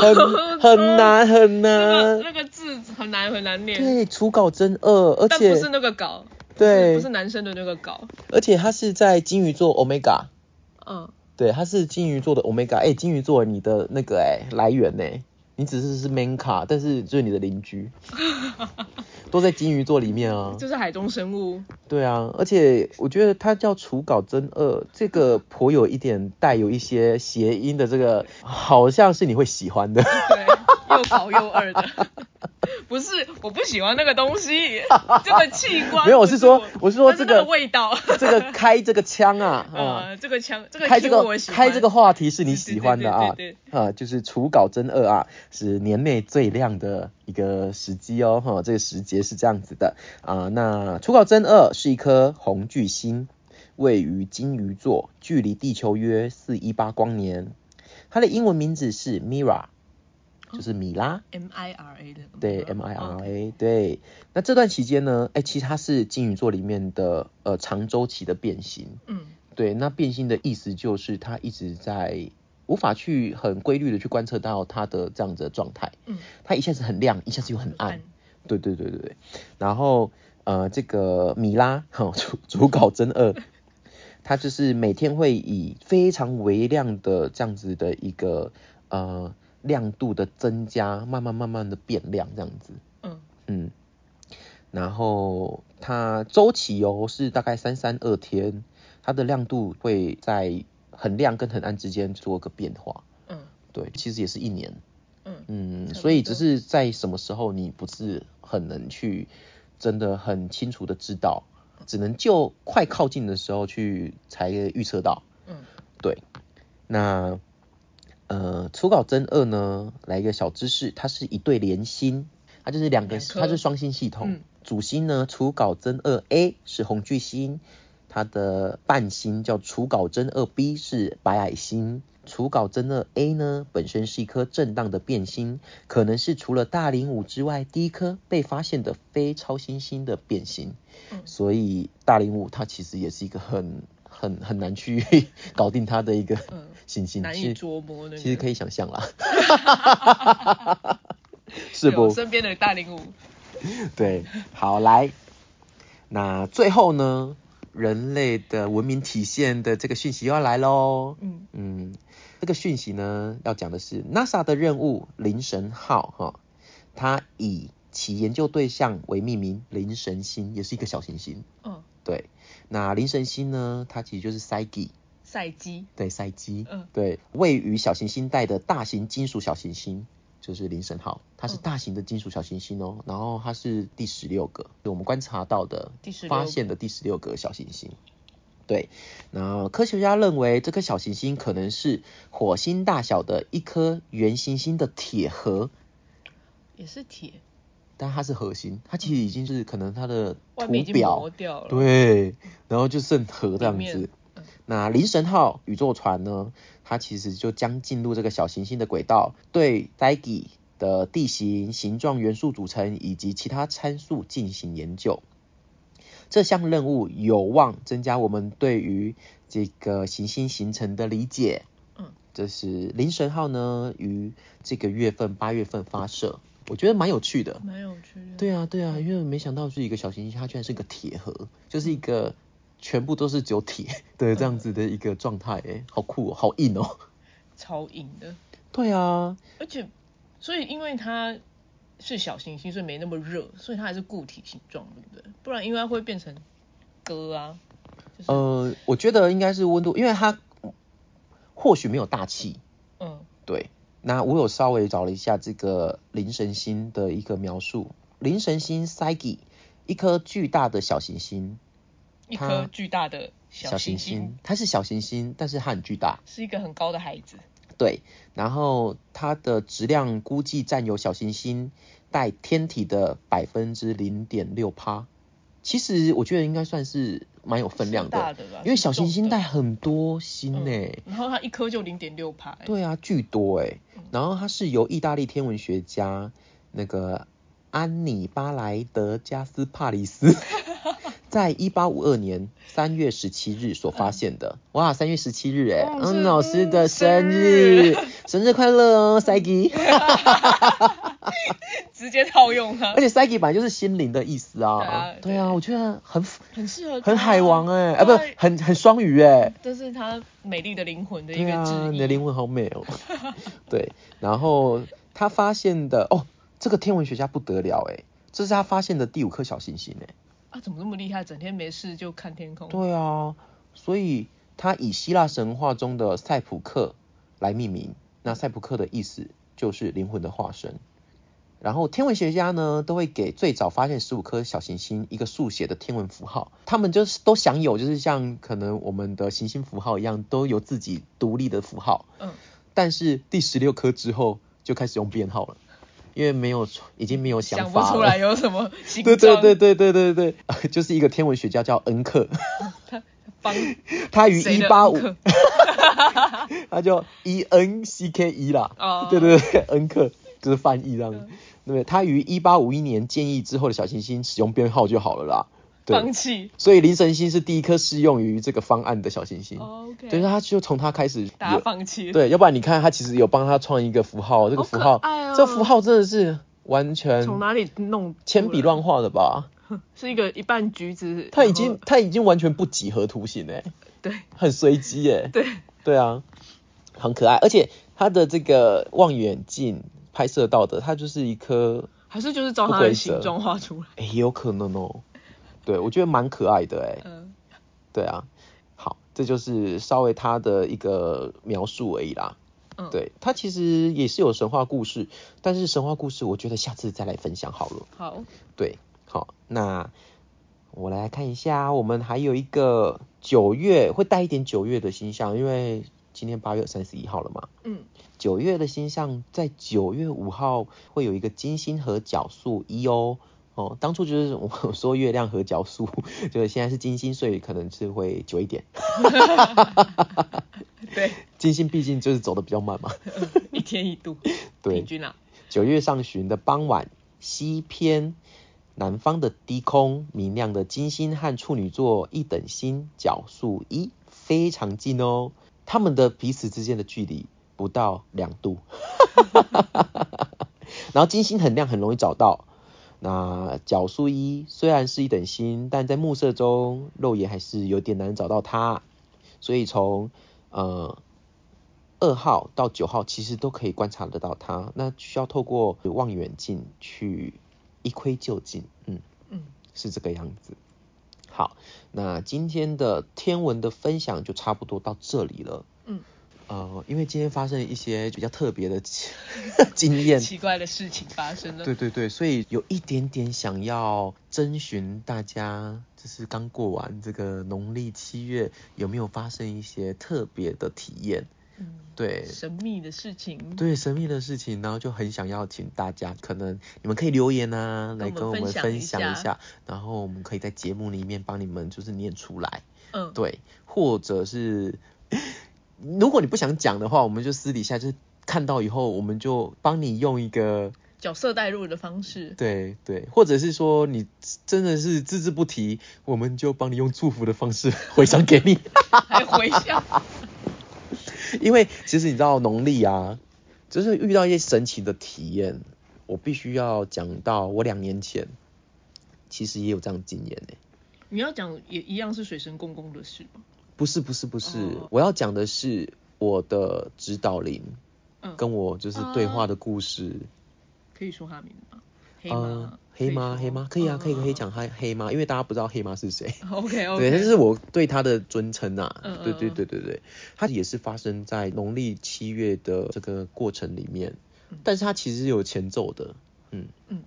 B: 很很难很
A: 那个
B: 难。
A: 那个字很难很难念，
B: 呃对，初稿真二，而
A: 但不是
B: 且
A: 那个稿，
B: 对
A: 不是男生的那个稿，
B: 而且它是在金鱼座 omega，
A: 嗯，
B: 对，它是金鱼座的 omega。哎、金鱼座你的那个哎、来源呢、你只是是 man 卡，但是就是你的邻
A: <laughs>
B: 居，都在金鱼座里面啊。
A: 就是海中生物，
B: 对啊，而且我觉得它叫除稿真二，这个颇有一点带有一些谐音的，这个好像是你会喜欢
A: <laughs>
B: 的。
A: 对，
B: <laughs>
A: 又搞又二的。 <laughs> 不是，我不喜欢那个东
B: <laughs>
A: 西，这个器官。
B: 没有我是说我是说
A: 但
B: 这个
A: 那味道。
B: 这个开这个枪
A: <laughs>
B: 啊，啊、
A: 呃，这个枪，这个
B: 开这
A: 题目
B: 个
A: 我喜欢
B: 开这个话题是你喜欢的啊
A: 对对对，
B: 啊，就是除稿真二啊，是年内最亮的一个时机哦，哈，这个时节是这样子的啊。那除稿真二是一颗红巨星，位于金鱼座，距离地球约四一八光年。它的英文名字是 Mira，就是米拉。
A: M I R A 的。
B: 对，M I R
A: 嗯
B: A，对。那这段期间呢，哎、其实它是金鱼座里面的呃长周期的变形。
A: 嗯
B: 对，那变性的意思就是它一直在无法去很规律的去观测到它的这样子的状态，
A: 嗯，
B: 它一下子很亮，一下子又很暗
A: 暗，
B: 对对对对对。然后呃，这个米拉哈主主稿真二，它就是每天会以非常微量的这样子的一个呃亮度的增加，慢慢慢慢的变亮这样子，
A: 嗯
B: 嗯，然后它周期哦是大概三三二天，它的亮度会在很亮跟很暗之间做个变化。
A: 嗯
B: 对，其实也是一年，
A: 嗯差不
B: 嗯，
A: 多
B: 所以只是在什么时候你不是很能去真的很清楚的知道，只能就快靠近的时候去才预测到。
A: 嗯
B: 对，那呃，初稿真二呢，来一个小知识，它是一对连星，它就是两个，
A: 两颗
B: 它是双星系统。
A: 嗯
B: 主星呢，初稿真二 A 是红巨星，它的伴星叫初稿真二 B 是白矮星。初稿真二 A 呢，本身是一颗震荡的变星，可能是除了大灵五之外第一颗被发现的非超新星的变星。
A: 嗯
B: 所以大零五它其实也是一个很很很难去 <laughs> 搞定它的一个
A: 嗯
B: 行星，
A: 难
B: 其
A: 以
B: 实
A: 捉摸那个。
B: 其实可以想象
A: <laughs>
B: 啦，是
A: 有
B: 不？
A: 身边的大龄舞，
B: 对，好来，那最后呢，人类的文明体现的这个讯息又要来喽。
A: 嗯
B: 嗯，这个讯息呢，要讲的是 NASA 的任务“灵神号”哈、它以其研究对象为命名，灵神星也是一个小行星。
A: 嗯，
B: 对，那灵神星呢，它其实就是 Psyche，
A: 赛基，
B: 对，赛基，
A: 嗯
B: 对，位于小行星带的大型金属小行星。就是灵神号，它是
A: 嗯
B: 大型的金属小行星哦，然后它是第十六个，就我们观察到的
A: 第十
B: 发
A: 六，
B: 现的第十六个小行星。对，那科学家认为这颗小行星可能是火星大小的一颗圆行星的铁核，
A: 也是铁，
B: 但它是核心，它其实已经是可能它的
A: 外
B: 图
A: 面已经
B: 表
A: 磨掉了。
B: 对，然后就剩核
A: 里
B: 这样
A: 面
B: 子
A: 嗯。
B: 那灵神号宇宙船呢，它其实就将进入这个小行星的轨道，对 d a g e 的地形、形状、元素组成以及其他参数进行研究。这项任务有望增加我们对于这个行星形成的理解。
A: 嗯，
B: 这是灵神号呢，于这个月份八月份发射，我觉得蛮有趣的。
A: 蛮有趣的。
B: 对啊，对啊，因为没想到是一个小行星，它居然是个铁盒，就是一个全部都是只有铁 <laughs> 的这样子的一个状态，哎，好酷哦，好硬哦。
A: 超硬的，
B: 对啊，
A: 而且所以因为它是小行星，所以没那么热，所以它还是固体形状，对不对？不然应该会变成歌啊，就是、
B: 呃，我觉得应该是温度，因为它或许没有大气，
A: 嗯
B: 对。那我有稍微找了一下这个灵神星的一个描述，灵神星 Psyche，一颗巨大的小行星，
A: 一
B: 它
A: 颗巨大的小行
B: 行
A: 星，
B: 它是小行星，但是它很巨大，
A: 是一个很高的孩子，
B: 对，然后它的质量估计占有小行星带天体的百分之零点六趴。其实我觉得应该算是蛮有分量
A: 是大
B: 的，
A: 的吧，
B: 因为小行星带
A: 是
B: 很多星
A: 重
B: 呢、
A: 的嗯然后它一颗就零点六帕，
B: 对啊，巨多哎、
A: 嗯
B: 然后它是由意大利天文学家那个安妮巴莱德加斯帕
A: <laughs>
B: 里斯在一八五二年三月十七日所发现的。哇，三月十七日哎、
A: 哦是
B: 嗯，老师的
A: 嗯
B: 生
A: 生
B: 日
A: 日， <laughs>
B: 生日快乐哦 s a g i
A: 直接套用它
B: 而，且 s a g i 本来就是心灵的意思啊。
A: 对啊
B: 对啊，
A: 对
B: 我觉得很符
A: 很适合它
B: 很海王哎、啊，不
A: 对
B: 很很双鱼哎、
A: 这是它美丽的灵魂的一
B: 对
A: 个质
B: 啊，
A: 疑，
B: 你的灵魂好美
A: <laughs>
B: 哦。对，然后他发现的哦，这个天文学家不得了哎，这是他发现的第五颗小行星哎。
A: 啊，怎么那么厉害？整天没事就看天空，
B: 对啊，所以他以希腊神话中的塞浦克来命名，那塞浦克的意思就是灵魂的化身。然后天文学家呢，都会给最早发现十五颗小行星一个速写的天文符号，他们就是都享有，就是像可能我们的行星符号一样，都有自己独立的符号。
A: 嗯，
B: 但是第十六颗之后就开始用编号了，因为没有已经没有
A: 想不
B: 法
A: 出
B: 了。
A: 来有什么形
B: 对
A: 状，
B: 对对对对对对，就是一个天文学家叫恩克，
A: 帮
B: 他于
A: 谁
B: 一
A: 的
B: 八五
A: 功，课
B: 他叫 E N C K E 啦。
A: 哦
B: 对对对，恩克就是翻译这样
A: 嗯。
B: 对，他于一八五一年建议之后的小行星使用编号就好了啦。对
A: 放，弃。
B: 所以灵神星是第一颗适用于这个方案的小行星。
A: 哦 OK，
B: 对，他就从它开始
A: 大家
B: 有
A: 放弃。，
B: 对，要不然你看他其实有帮他创一个符号，这个
A: 好
B: 符
A: 可
B: 号，
A: 爱哦
B: 这符号真的是完全
A: 从哪里弄？
B: 铅笔，乱画的吧？
A: 是一个一半橘子。
B: 他已
A: 然后
B: 经他已经完全不几何图形哎，
A: 对
B: 很随机哎，
A: 对，
B: 对啊，很可爱，而且他的这个望远镜拍摄到的，它就是一颗，
A: 还是就是照
B: 不
A: 它
B: 规
A: 的
B: 则
A: 形状画出来。
B: 哎、也有可能哦，对我觉得蛮可爱的哎，
A: 嗯，
B: 对啊，好，这就是稍微他的一个描述而已啦。
A: 嗯
B: 对，它其实也是有神话故事，但是神话故事我觉得下次再来分享好了。
A: 好，
B: 对，好，那我来看一下，我们还有一个九月会带一点九月的星象，因为今天八月三十一号了嘛。
A: 嗯，
B: 九月的星象在九月五号会有一个金星和角宿一哦。哦，当初就是我说月亮和角宿， <laughs> 就是现在是金星，所以可能是会久一点。
A: 对，嗯
B: 金星毕竟就是走的比较慢嘛。
A: 一天一度，
B: 对
A: 平，均啊。
B: 九月上旬的傍晚，西偏南方的低空明亮的金星和处女座一等星角数一非常近哦，它们的彼此之间的距离不到两度， <laughs> 然后金星很亮，很容易找到。那角数一虽然是一等星，但在目测中肉眼还是有点难找到它，所以从呃二号到九号其实都可以观察得到它，那需要透过望远镜去一窥究竟，嗯，
A: 嗯，
B: 是这个样子。好，那今天的天文的分享就差不多到这里了。
A: 嗯，
B: 呃，因为今天发生一些比较特别的 <laughs> 经
A: <laughs>
B: 验，
A: 奇怪的事情发生了。
B: 对对对，所以有一点点想要征询大家，就是刚过完这个农历七月，有没有发生一些特别的体验？
A: 嗯，
B: 对
A: 神秘的事情。
B: 对，神秘的事情，然后就很想要请大家，可能你们可以留言啊，来
A: 跟
B: 跟
A: 我
B: 我
A: 们
B: 们
A: 分
B: 分
A: 享
B: 享
A: 一
B: 一
A: 下
B: 下，然后我们可以在节目里面帮你们就是念出来，
A: 嗯，
B: 对，或者是如果你不想讲的话，我们就私底下就是看到以后，我们就帮你用一个
A: 角色代入的方式。
B: 对对，或者是说你真的是字字不提，我们就帮你用祝福的方式 <laughs> 回想给你，
A: 还回想，
B: <laughs> 因为其实你知道农历啊，就是遇到一些神奇的体验，我必须要讲到我两年前其实也有这样的经验呢、
A: <laughs> 你要讲也一样是水神公公的事吗？
B: 不是不是不是，
A: 哦
B: 我要讲的是我的指导灵
A: 嗯，
B: 跟我就是对话的故事。
A: 可以说他名字吗？黑
B: 呃
A: 吗？
B: 黑妈，黑妈，可以啊，可以可以
A: 嗯。
B: 讲黑黑妈，因为大家不知道黑妈是谁。
A: OK
B: 对，这
A: OK。
B: 是我对他的尊称啊。
A: 嗯
B: 对对
A: 嗯嗯
B: 对对对，它也是发生在农历七月的这个过程里面，
A: 嗯
B: 但是它其实有前奏的，嗯
A: 嗯。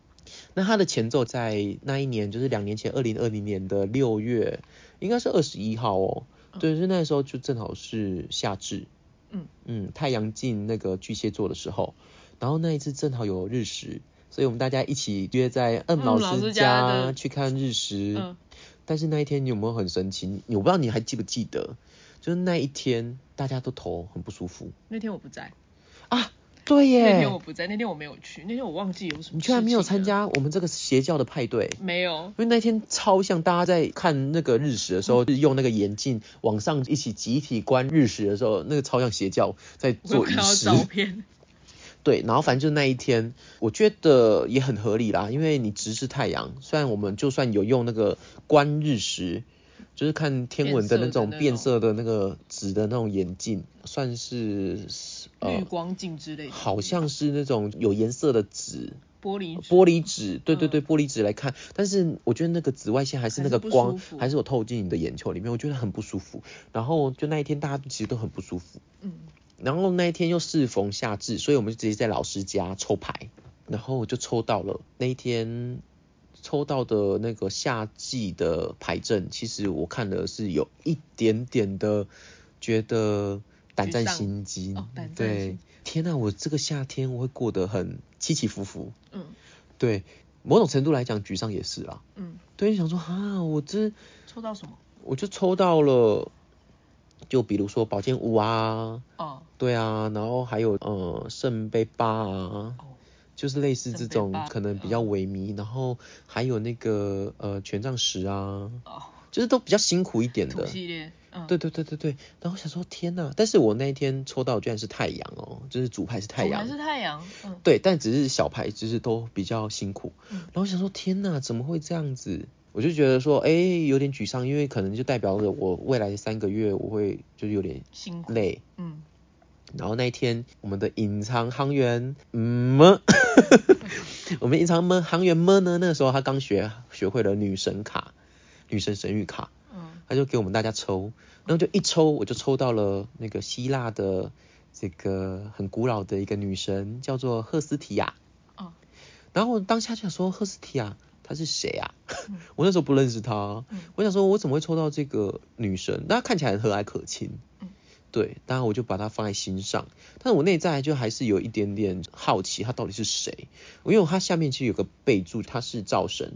B: 那它的前奏在那一年，就是两年前，二零二零年的六月，应该是二十一号哦。
A: 嗯
B: 对，就是那时候就正好是夏至，
A: 嗯
B: 嗯，太阳进那个巨蟹座的时候，然后那一次正好有日食，所以我们大家一起约在
A: 嗯
B: 嗯老
A: 老师
B: 师
A: 家的
B: 家去看日食。
A: 嗯
B: 但是那一天你有没有很神奇？我不知道你还记不记得，就是那一天大家都头很不舒服
A: 那天我不在，
B: 啊。对
A: 那天
B: 耶
A: 我，不在，那天我没有去，那天我忘记有什么。
B: 你居然没有参？加我们这个邪教的派对，
A: 没有
B: 因，为那天超像大家在看那个日食的
A: 嗯
B: 时候，就是用那个眼镜往上一起集体观日食的时候，那个超像邪教在
A: 我有
B: 做仪
A: 看到
B: 式。
A: 照片。
B: 对，然后反正就那一天，我觉得也很合理啦，因为你直视太阳，虽然我们就算有用那个观日食，就是看天文的那种
A: 变
B: 变
A: 色
B: 色的那个纸的那种眼镜，算是
A: 绿
B: 呃，
A: 光镜之类的，
B: 好像哦是那种有颜色的纸，
A: 玻璃纸
B: 玻璃纸，对对
A: 嗯
B: 对，玻璃纸来看，但是我觉得那个紫外线还是那
A: 还
B: 个
A: 是不舒
B: 光
A: 服
B: 还是有透进你的眼球里面，我觉得很不舒服。然后就那一天大家其实都很不舒服，
A: 嗯，
B: 然后那一天又适逢夏至，所以我们就直接在老师家抽牌，然后我就抽到了那一天抽到的那个夏季的牌阵，其实我看了是有一点点的觉得胆战
A: 沮丧
B: 心惊，
A: 哦胆战心
B: 对，天呐、我这个夏天我会过得很起起伏伏，
A: 嗯
B: 对，某种程度来讲沮丧也是啦，
A: 嗯，
B: 对，想说啊，我这
A: 抽到什么？
B: 我就抽到了，就比如说宝剑五啊，
A: 哦
B: 对啊，然后还有呃圣杯八啊，
A: 哦，
B: 就是类似
A: 圣
B: 这
A: 杯
B: 种
A: 八嗯
B: 可能比较萎靡，然后还有那个呃权杖十啊，
A: 哦，
B: 就是都比较辛苦一点
A: 土
B: 的。
A: 系列，嗯，
B: 对对对对对，然后想说天呐，但是我那一天抽到的居然是太阳哦，就是主牌是太
A: 还是
B: 阳，
A: 太阳，嗯
B: 对，但只是小牌，就是都比较辛苦。
A: 嗯
B: 然后想说天呐，怎么会这样子？我就觉得说，哎，有点沮丧，因为可能就代表着我未来三个月我会就是有点
A: 辛苦，
B: 累，
A: 嗯，
B: 然后那一天，我们的隐藏航员嗯
A: <laughs>
B: 么，我们隐藏么航员么呢？那个时候他刚学学会了女神卡，女神神谕卡，
A: 嗯
B: 他就给我们大家抽，然后就一抽我就抽到了那个希腊的这个很古老的一个女神，叫做赫斯提亚。
A: 哦
B: 然后我当下就想说，赫斯提亚她是谁啊
A: 嗯？
B: <laughs> 我那时候不认识她
A: 嗯，
B: 我想说我怎么会抽到这个女神？那她看起来很和蔼可亲
A: 嗯，
B: 对，当然我就把她放在心上，但我内在就还是有一点点好奇她到底是谁，因为她下面其实有个备注，她是灶神，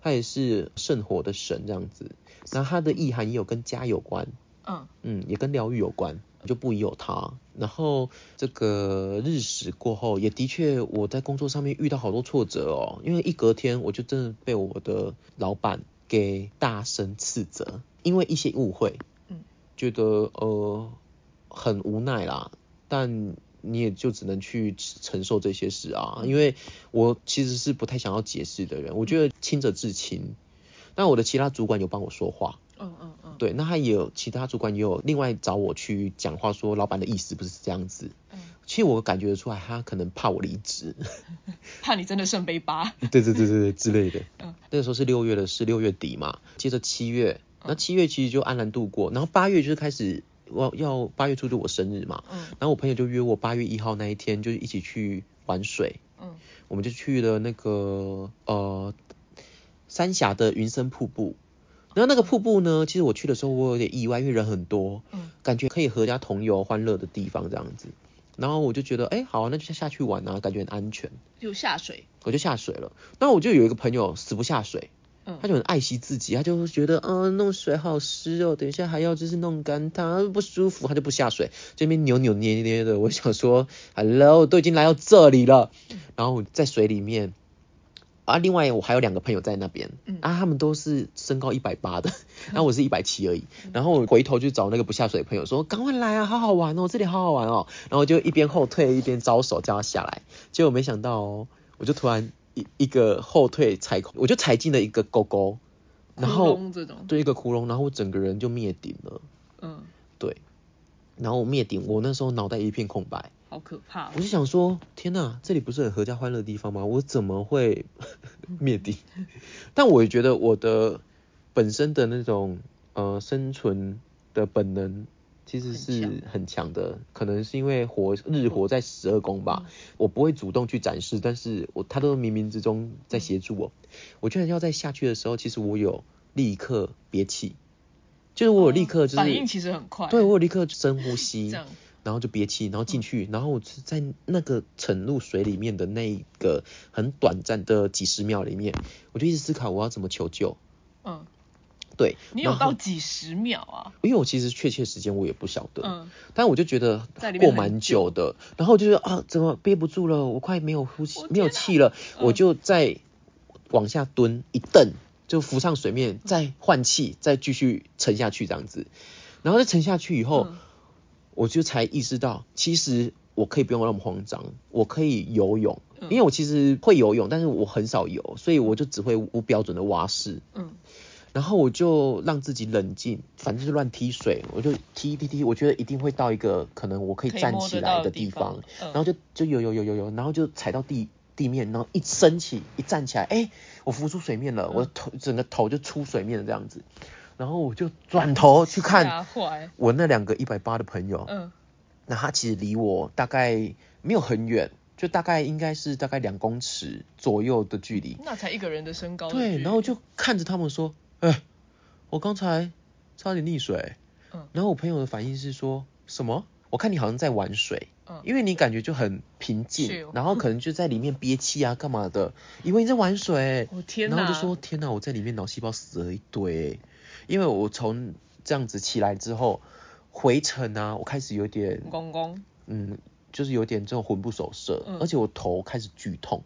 B: 她也是圣火的神这样子，然后她的意涵也有跟家有关，
A: 嗯
B: 嗯，也跟疗愈有关，就不宜有它。然后这个日食过后，也的确我在工作上面遇到好多挫折哦，因为一隔天我就真的被我的老板给大声斥责，因为一些误会，
A: 嗯，
B: 觉得呃很无奈啦，但。你也就只能去承受这些事啊，因为我其实是不太想要解释的人，我觉得清者自清，那我的其他主管有帮我说话，
A: 嗯嗯嗯，
B: 对，那他也有其他主管也有另外找我去讲话，说老板的意思不是这样子。
A: 嗯，
B: 其实我感觉得出来，他可能怕我离职， <laughs>
A: 怕你真的圣杯八，
B: 对对对对对之类的。
A: 嗯
B: 那个时候是六月的是六月底嘛，接着七月，
A: 嗯
B: 那七月其实就安然度过，然后八月就是开始我要八月初就我生日嘛，
A: 嗯
B: 然后我朋友就约我八月一号那一天就一起去玩水，
A: 嗯
B: 我们就去了那个呃三峡的云深瀑布。然后那个瀑布呢，其实我去的时候我有点意外，因为人很多，
A: 嗯
B: 感觉可以合家同游、欢乐的地方这样子。然后我就觉得，哎，好啊、那就下去玩啊，感觉很安全，
A: 就下水，
B: 我就下水了。那我就有一个朋友死不下水，
A: 嗯，
B: 他就很爱惜自己，他就觉得，嗯、弄水好湿哦，等一下还要就是弄干它，不舒服，他就不下水，这边扭扭捏捏的。我想说，Hello，都已经来到这里了，
A: 嗯
B: 然后我在水里面，啊，另外我还有两个朋友在那边，
A: 嗯
B: 啊，他们都是身高一百
A: <laughs>
B: 八的，然后我是一百七而已，
A: 嗯
B: 然后我回头就找那个不下水的朋友说，赶快来啊，好好玩哦，这里好好玩哦，然后我就一边后退一边招手叫他下来，结果没想到哦，我就突然一一个后退踩空，我就踩进了一个沟沟，然后
A: 窟窿这种，
B: 对一个窟窿，然后我整个人就灭顶了，
A: 嗯，
B: 对，然后我灭顶，我那时候脑袋一片空白，
A: 好可怕哦
B: 我，就想说，天呐，这里不是很合家欢乐的地方吗？我怎么会 <laughs> 灭顶？ <laughs> 但我也觉得我的本身的那种呃生存的本能其实
A: 很嗯
B: 是很强的，可能是因为活日活在十二宫吧，我不会主动去展示，但是我他都冥冥之中在协助我。
A: 嗯
B: 我居然要在下去的时候，其实我有立刻憋气，就是我有立刻
A: 哦
B: 就
A: 反应
B: 是。
A: 其实很快，
B: 对，我有立刻深呼
A: <laughs>
B: 吸，
A: 这样，
B: 然后就憋气，然后
A: 嗯
B: 进去，然后我是在那个沉入水里面的那一个很短暂的几十秒里面，我就一直思考我要怎么求救。
A: 嗯，
B: 对，
A: 你有
B: 然后
A: 到几十秒啊？
B: 因为我其实确切时间我也不晓得，
A: 嗯，
B: 但我就觉得
A: 在里面
B: 过
A: 很
B: 蛮久的，然后我就觉得啊，怎么憋不住了，我快没有呼吸
A: 我，
B: 没有
A: 天啊
B: 气了，我
A: 嗯
B: 就再往下蹲一蹬，就浮上水
A: 嗯
B: 面，再换气，再继续沉下去这样子。然后再沉下去以后，
A: 嗯
B: 我就才意识到，其实我可以不用那么慌张，我可以游泳，
A: 嗯
B: 因为我其实会游泳，但是我很少游，所以我就只会无标准的蛙式。
A: 嗯
B: 然后我就让自己冷静，反正就乱踢水，我就踢踢踢，我觉得一定会到一个可能我可以
A: 可以
B: 站
A: 摸
B: 起
A: 得
B: 来
A: 到
B: 的
A: 的
B: 地
A: 地
B: 方
A: 方，
B: 然
A: 嗯
B: 后就就游游游游游，然后就踩到地地面，然后一升起一站起来，哎，我浮出水面
A: 嗯
B: 了，我的头整个头就出水面了这样子，然后我就转头去看
A: 吓坏，
B: 我那两个一百八的朋友，
A: 嗯
B: 那他其实离我大概没有很远，就大概应该是大概两公尺左右的距离，
A: 那才一个人的身高的距
B: 对，
A: 离
B: 然后就看着他们说，哎、我刚才差点溺水。
A: 嗯
B: 然后我朋友的反应是说什么？我看你好像在玩水，
A: 嗯
B: 因为你感觉就很平静，
A: Chill
B: 然后可能就在里面憋气啊，干嘛的，以为你在玩水。
A: 我天
B: 哎然后就
A: 哪
B: 说天哪，我在里面脑细胞死了一堆，因为我从这样子起来之后，回程啊，我开始有点
A: 公公，
B: 嗯，就是有点这种魂不守舍，
A: 嗯
B: 而且我头开始剧痛。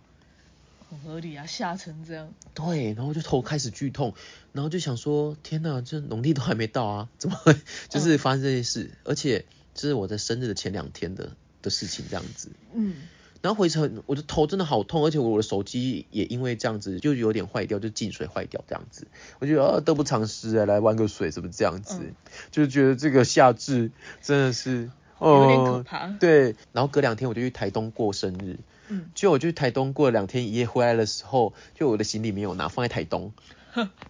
A: 很合理啊，吓成这样，
B: 对，然后就头开始剧痛，然后就想说，天呐，这农历都还没到啊，怎么会
A: 嗯
B: 就是发生这件事？而且这是我在生日的前两天的的事情，这样子。
A: 嗯
B: 然后回程，我的头真的好痛，而且我的手机也因为这样子就有点坏掉，就进水坏掉这样子。我觉得呃得不偿失啊，来玩个水怎么这样子？
A: 嗯
B: 就觉得这个夏至真的是
A: 有点可
B: 哦
A: 怕
B: 对，然后隔两天我就去台东过生日。
A: 嗯，
B: 就我去台东过了两天一夜，回来的时候，就我的行李没有拿，放在台东，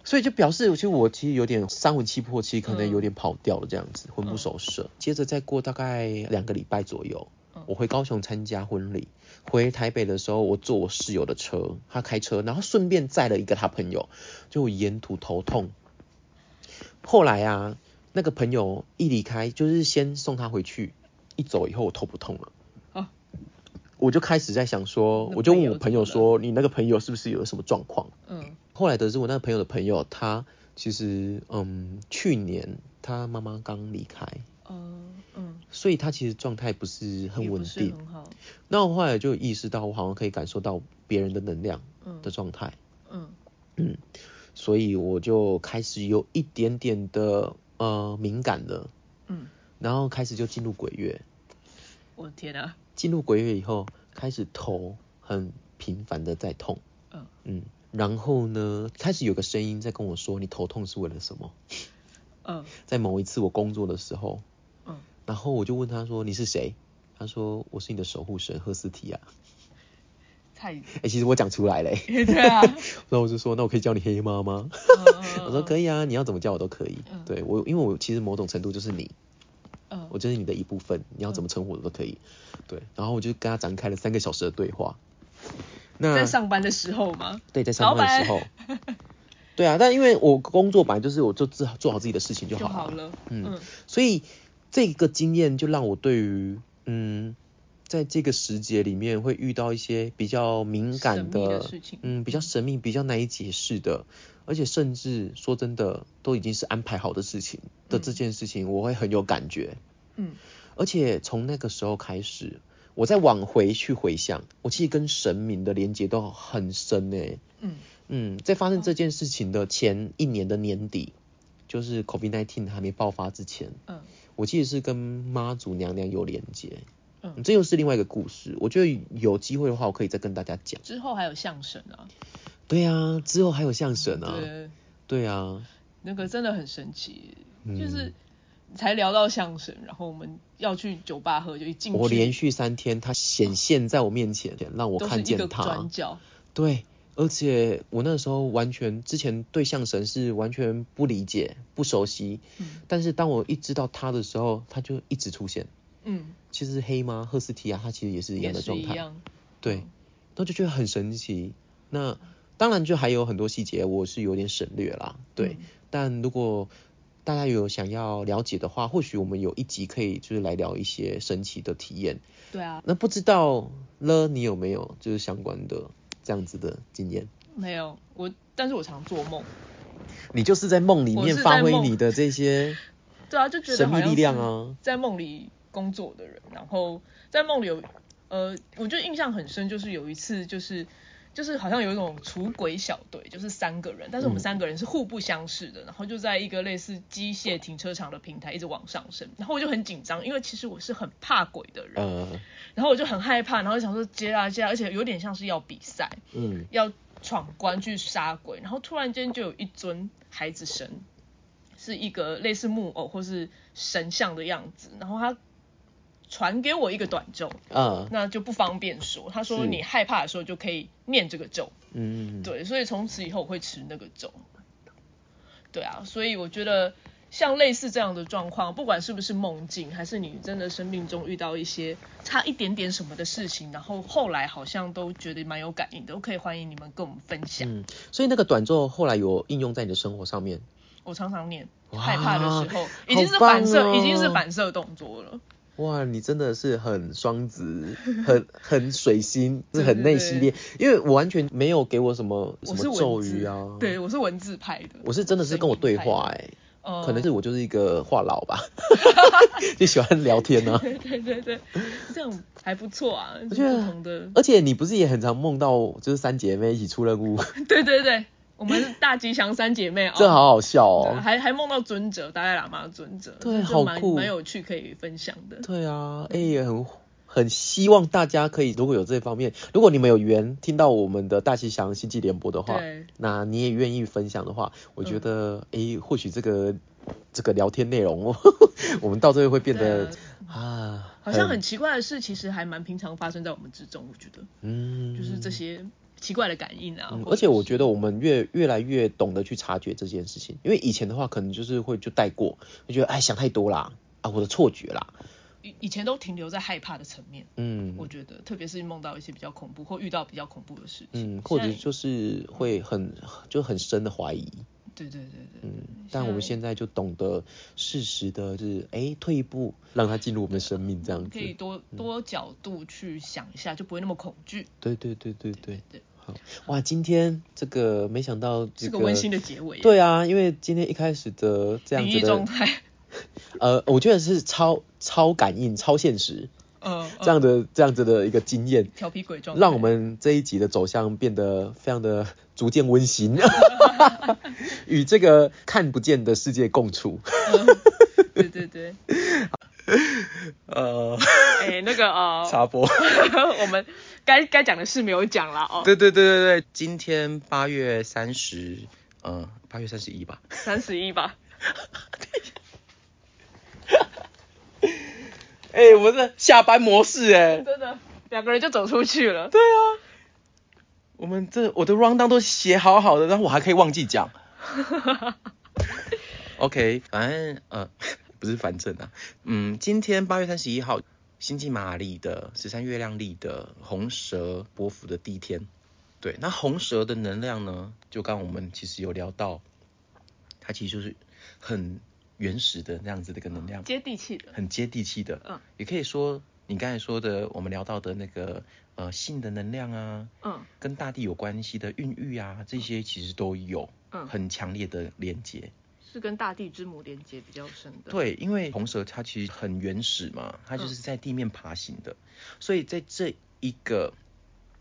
B: 所以就表示其实我其实有点三魂七魄，其实可能有点跑掉了这样子，魂不守舍。接着再过大概两个礼拜左右
A: 嗯，
B: 我回高雄参加婚礼，回台北的时候，我坐我室友的车，他开车，然后顺便载了一个他朋友，就我沿途头痛。后来啊，那个朋友一离开，就是先送他回去，一走以后我头不痛了。
A: 啊
B: 我就开始在想说，
A: 那
B: 我就问
A: 朋友
B: 我朋友
A: 怎么
B: 说，你那个朋友是不是有什么状况？
A: 嗯
B: 后来得知我那个朋友的朋友，他其实嗯，去年他妈妈刚离开，
A: 呃嗯，
B: 所以他其实状态不是很
A: 也
B: 稳
A: 不是
B: 定。
A: 很好，
B: 那我后来就意识到，我好像可以感受到别人的能量
A: 嗯
B: 的状态，
A: 嗯
B: 所以我就开始有一点点的呃敏感了，
A: 嗯，
B: 然后开始就进入鬼月。
A: 我的天啊，
B: 进入鬼月以后，开始头很频繁的在痛，
A: 嗯
B: 嗯，然后呢，开始有个声音在跟我说，你头痛是为了什么？
A: 嗯
B: 在某一次我工作的时候，
A: 嗯，
B: 然后我就问他说你是谁？他说我是你的守护神赫斯提亚。
A: 太
B: 哎、其实我讲出来嘞、
A: <laughs> 对啊，嗯
B: 然后我就说那我可以叫你黑妈吗？ <laughs> 我
A: 我
B: 说可
A: 以，
B: 以啊，你要怎么叫我都可以。
A: 嗯
B: 对我，因为我其实某种程度就是你，
A: 嗯
B: 我就是你的一部分，你要怎么称呼我都可以。对，然后我就跟他展开了三个小时的对话。那
A: 在上班的时候吗？
B: 对，在上班的时候，
A: <laughs>
B: 对啊，但因为我工作本来就是我就做做好自己的事情就
A: 就
B: 好
A: 好
B: 了，
A: 了，
B: 嗯
A: 嗯
B: 所以这个经验就让我对于嗯，在这个时节里面会遇到一些比较敏感
A: 神秘
B: 的
A: 的事情
B: 嗯，比较神秘、比较难以解释的，而且甚至说真的，都已经是安排好的事情的这件事情，我会很有感觉。
A: 嗯
B: 而且从那个时候开始，我再往回去回想，我其实跟神明的连接都很深诶、
A: 嗯
B: 嗯，在发生这件事情的前一年的年底，就是 COVID-19 还没爆发之前，
A: 嗯
B: 我记得是跟妈祖娘娘有连接。
A: 嗯
B: 这又是另外一个故事。我觉得有机会的话，我可以再跟大家讲。
A: 之后还有相声啊，
B: 对啊，之后还有相声啊。
A: 对，
B: 对啊，
A: 那个真的很神奇，
B: 嗯
A: 就是才聊到相声，然后我们要去酒吧喝，就一进去
B: 我连续三天，他显现在我面前，让我
A: 都是
B: 看
A: 一个
B: 见
A: 转
B: 他。
A: 角，
B: 对，而且我那时候完全之前对相声是完全不理解、不熟悉，
A: 嗯
B: 但是当我一知道他的时候，他就一直出现。
A: 嗯，
B: 其实黑吗？赫斯提亚他其实也是一样
A: 也
B: 的
A: 是
B: 状
A: 一
B: 态，
A: 样，
B: 对，然后就觉得很神奇。那当然就还有很多细节我是有点省略啦，对。
A: 嗯
B: 但如果大家有想要了解的话，或许我们有一集可以就是来聊一些神奇的体验。
A: 对啊，
B: 那不知道了你有没有就是相关的这样子的经验？
A: 没有我，但是我常做梦，
B: 你就是在梦里
A: 我
B: 面
A: 是在
B: 发挥
A: 梦
B: 你的这些
A: 对啊，就觉得
B: 神
A: 好
B: 秘
A: 像
B: 力量
A: 是
B: 啊。
A: 在梦里工作的人，然后在梦里有，呃，我就印象很深，就是有一次就是。就是好像有一种除鬼小队，就是三个人，但是我们
B: 嗯
A: 三个人是互不相识的，然后就在一个类似机械停车场的平台一直往上升，然后我就很紧张，因为其实我是很怕鬼的人，
B: 呃，
A: 然后我就很害怕，然后就想说接啊接啊，而且有点像是要比赛，
B: 嗯，
A: 要闯关去杀鬼，然后突然间就有一尊孩子神，是一个类似木偶或是神像的样子，然后他传给我一个短咒，
B: 啊，
A: 那就不方便说，他说
B: 是
A: 你害怕的时候就可以念这个咒，
B: 嗯，，
A: 对，所以从此以后我会吃那个粥。对啊，所以我觉得像类似这样的状况，不管是不是梦境，还是你真的生命中遇到一些差一点点什么的事情，然后后来好像都觉得蛮有感应的，都可以欢迎你们跟我们分享。
B: 嗯，所以那个短咒后来有应用在你的生活上面。
A: 我常常念，
B: 哇
A: 害怕的时候已
B: 好
A: 经是反射，
B: 棒哦
A: 已经是反射动作了。
B: 哇，你真的是很双
A: <laughs>
B: 子，很很水星，
A: 对
B: 很
A: 对
B: 内系
A: 对
B: 列。因为我完全没有给我什么什
A: 我是
B: 么
A: 文
B: 咒
A: 字
B: 语啊，
A: 对，我是文字派的。
B: 我是真的是跟我对话哎、
A: 呃
B: 可能是我就是一个话痨吧， <laughs> 就喜欢聊天
A: <laughs>
B: 啊。
A: 对对对对，这样还不错啊，我
B: 觉得
A: 不同的
B: 而且你不是也很常梦到就是三姐妹一起出任务，
A: <laughs> 对对对，我们是大吉祥三姐妹啊、
B: 这好好笑
A: 对
B: 哦。
A: 还还梦到尊者，达赖喇嘛的尊者，
B: 对
A: 这就
B: 好
A: 蛮
B: 酷
A: 蛮有趣，可以分享的。
B: 对啊，哎、很很希望大家可以，如果有这方面，如果你们有缘听到我们的大西翔星际联播的话，
A: 对，
B: 那你也愿意分享的话，我觉
A: 嗯
B: 得诶、或许这个这个聊天内容， <laughs> 哦，我们到最后会变得
A: 对
B: 啊，
A: 好像很奇怪的事，其实还蛮平常发生在我们之中，我觉得
B: 嗯，
A: 就是这些奇怪的感应啊。
B: 嗯。
A: 或者
B: 而且我
A: 是
B: 觉得我们越越来越懂得去察觉这件事情，因为以前的话可能就是会就带过，就觉得哎想太多啦，啊我的错觉啦，
A: 以以前都停留在害怕的层面，
B: 嗯
A: 我觉得，特别是梦到一些比较恐怖或遇到比较恐怖的事情，
B: 嗯，或者
A: 现在
B: 就是会很就很深的怀疑，
A: 对对对对，
B: 嗯，但我们
A: 像
B: 现在就懂得适时的就是哎退一步，让它进入我们的生命这样
A: 可
B: 子，嗯
A: 以多多角度去想一下，就不会那么恐惧。
B: 对对对对对。
A: 对，
B: 好哇，今天这个没想到这
A: 是
B: 个
A: 个温馨的结尾耶。
B: 对啊，因为今天一开始的这样
A: 灵异
B: 子
A: 状
B: 的，
A: 态，
B: 呃，我觉得是超超感应、超现实
A: 呃，
B: 这样的、这样子的一个经验，
A: 嗯调皮鬼状态，
B: 让我们这一集的走向变得非常的逐渐
A: <laughs>
B: 温馨，与这个看不见的世界共处。
A: 呃对对
B: <laughs>
A: 对，
B: 呃，
A: 哎、那个啊，
B: 插播。
A: <laughs> 我们该该讲的事没有讲啦哦。
B: 对对对对对，今天八月三十，呃，八月三十一吧。
A: 三十一吧， <laughs>
B: 哎、我的下班模式哎、
A: 真的，两个人就走出去了。
B: 对啊，我们这我的 round down 都写好好的，但我还可以忘记讲。OK，反正呃 <laughs> 不是反正啊，嗯，今天八月三十一号，星际马里的十三月亮历的红蛇波伏的第一天。对，那红蛇的能量呢，就刚刚我们其实有聊到，它其实就是很原始的那样子的一个能量。
A: 接地气的，
B: 很接地气的，
A: 嗯
B: 也可以说你刚才说的，我们聊到的那个呃性的能量啊，
A: 嗯
B: 跟大地有关系的孕育啊，这些其实都有
A: 嗯，
B: 很强烈的连接。
A: 是跟大地之母连接比较深的。，
B: 对，因为红蛇它其实很原始嘛，它就是在地面爬行的，所以在这一个。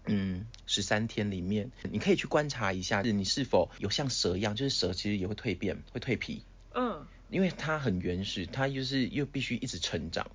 B: 嗯，十三天里面，你可以去观察一下，你是否有像蛇一样，就是蛇其实也会蜕变，会蜕皮，
A: 嗯
B: 因为它很原始，它就是又必须一直成长。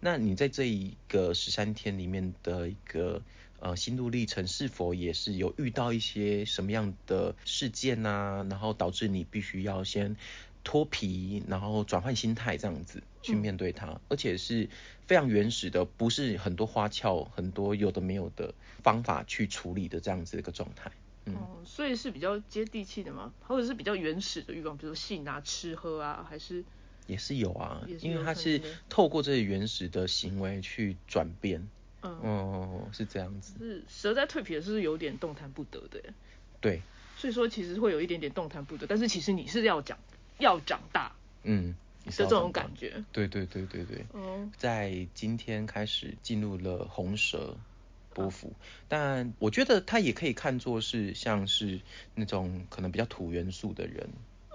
B: 那你在这一个十三天里面的一个呃心路历程，是否也是有遇到一些什么样的事件呐、然后导致你必须要先脱皮，然后转换心态这样子去面对它，而且是非常原始的，不是很多花俏、很多有的没有的方法去处理的这样子的一个状态。嗯
A: 哦，所以是比较接地气的嘛，或者是比较原始的欲望，比如说性啊、吃喝啊，还是
B: 也是有啊
A: 也，是
B: 因为
A: 有
B: 它
A: 可
B: 是
A: 能的
B: 透过这些原始的行为去转变，
A: 嗯，
B: 哦，是这样子，
A: 是蛇在蜕皮的时候有点动弹不得的耶，
B: 对，
A: 所以说其实会有一点点动弹不得，但是其实你是要长要长大
B: 嗯，你
A: 的
B: 是
A: 这
B: 要
A: 种
B: 长大
A: 感，觉。
B: 对对对对对，
A: 哦，
B: 在今天开始进入了红蛇
A: 嗯
B: 波幅，但我觉得它也可以看作是像是那种可能比较土元素的人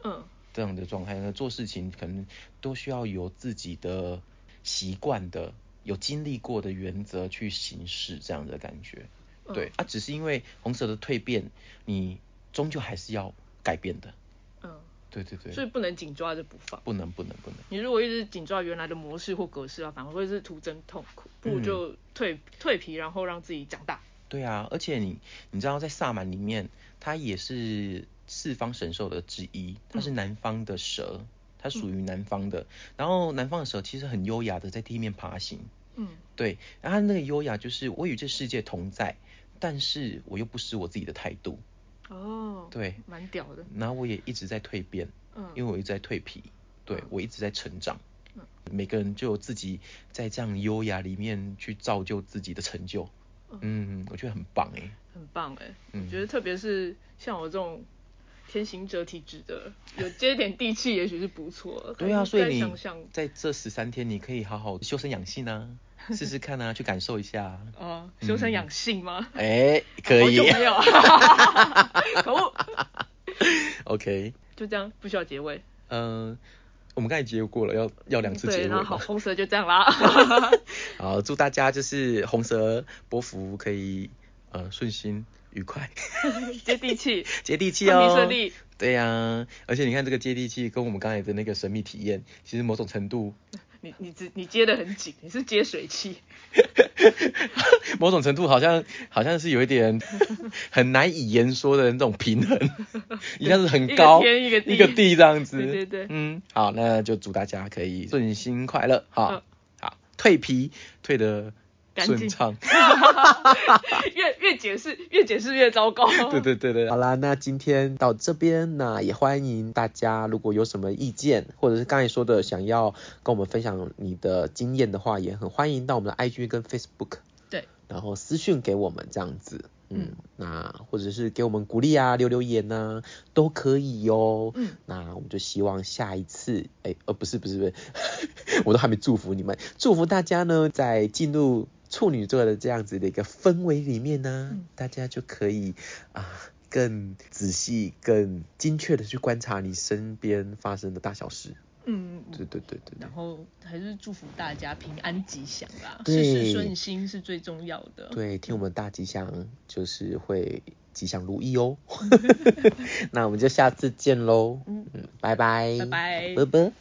A: 嗯
B: 这样的状态，那做事情可能都需要有自己的习惯的、有经历过的原则去行事这样的感觉。
A: 嗯
B: 对，啊，只是因为红蛇的蜕变，你终究还是要改变的。
A: 嗯，
B: 对对对，
A: 所以不能紧抓着不放。
B: 不能不能不能，
A: 你如果一直紧抓原来的模式或格式啊，反而会是徒增痛苦，不如就蜕蜕皮，然后让自己长大。
B: 对啊，而且你你知道在萨满里面，它也是四方神兽的之一，它是南方的蛇，它属于南方的，然后南方的蛇其实很优雅的在地面爬行，
A: 嗯
B: 对，然后它那个优雅就是我与这世界同在，但是我又不失我自己的态度，
A: 哦，
B: 对，
A: 蛮屌的。
B: 然后我也一直在蜕变，
A: 嗯
B: 因为我一直在蜕皮，对、
A: 嗯
B: 我一直在成长
A: 嗯。
B: 每个人就有自己在这样优雅里面去造就自己的成就，嗯，我觉得很棒哎、
A: 很棒哎、
B: 嗯
A: 我觉得特别是像我这种天行者体质的，有接点地 <laughs> 气，也许是不错的。
B: 对啊，
A: 但是
B: 所以
A: 该
B: 你
A: 想想
B: 在这十三天，你可以好好修身养性啊，试试看啊，去感受一下
A: <laughs>
B: 啊。
A: 啊，修身养性吗？
B: 哎、可以
A: 好久 <laughs> 没有，可恶，
B: ，OK，
A: 就这样，不需要结尾。
B: 嗯、我们刚才结过了，要要两次
A: 嗯对，
B: 结尾
A: 然后好，
B: 嘛。
A: 红蛇就这样 <laughs> 啦。
B: 好，祝大家就是红蛇波幅可以呃顺心愉快， <laughs>
A: 接地气，
B: 接地气
A: 祝你
B: 哦，
A: 顺利。
B: 对呀、而且你看这个接地气跟我们刚才的那个神秘体验，其实某种程度， <laughs>
A: 你你只你接的很紧，你是接水气。
B: 某种程度好像好像是有一
A: <laughs>
B: 点很难以言说的那种平衡，一下子很高，
A: 一个天一个地
B: 地这样子。
A: 对对对
B: 嗯，好，那就祝大家可以顺心快乐哈。
A: 嗯
B: 好，蜕皮蜕的
A: 干净
B: 顺畅。
A: <laughs> 越越解释越解释越糟糕。
B: <laughs> 对对对对，好啦，那今天到这边，那也欢迎大家，如果有什么意见，或者是刚才说的想要跟我们分享你的经验的话，也很欢迎到我们的 IG 跟 Facebook，
A: 对，
B: 然后私讯给我们这样子，嗯，
A: 嗯
B: 那或者是给我们鼓励啊，留留言呐、都可以哟、
A: 嗯，
B: 那我们就希望下一次，哎，呃，不是不是不是， <laughs> 我都还没祝福你们，祝福大家呢，在进入处女座的这样子的一个氛围里面呢、
A: 嗯
B: 大家就可以啊。更仔细、更精确的去观察你身边发生的大小事。
A: 嗯，
B: 对对对对对
A: 然。后还是祝福大家平安吉祥啦，
B: 对
A: 事事顺心是最重要的。
B: 对，听我们大吉祥就是会吉祥如意
A: <laughs>
B: 哦。那我们就下次见喽。
A: 嗯
B: 拜拜，
A: 拜拜
B: 啵啵。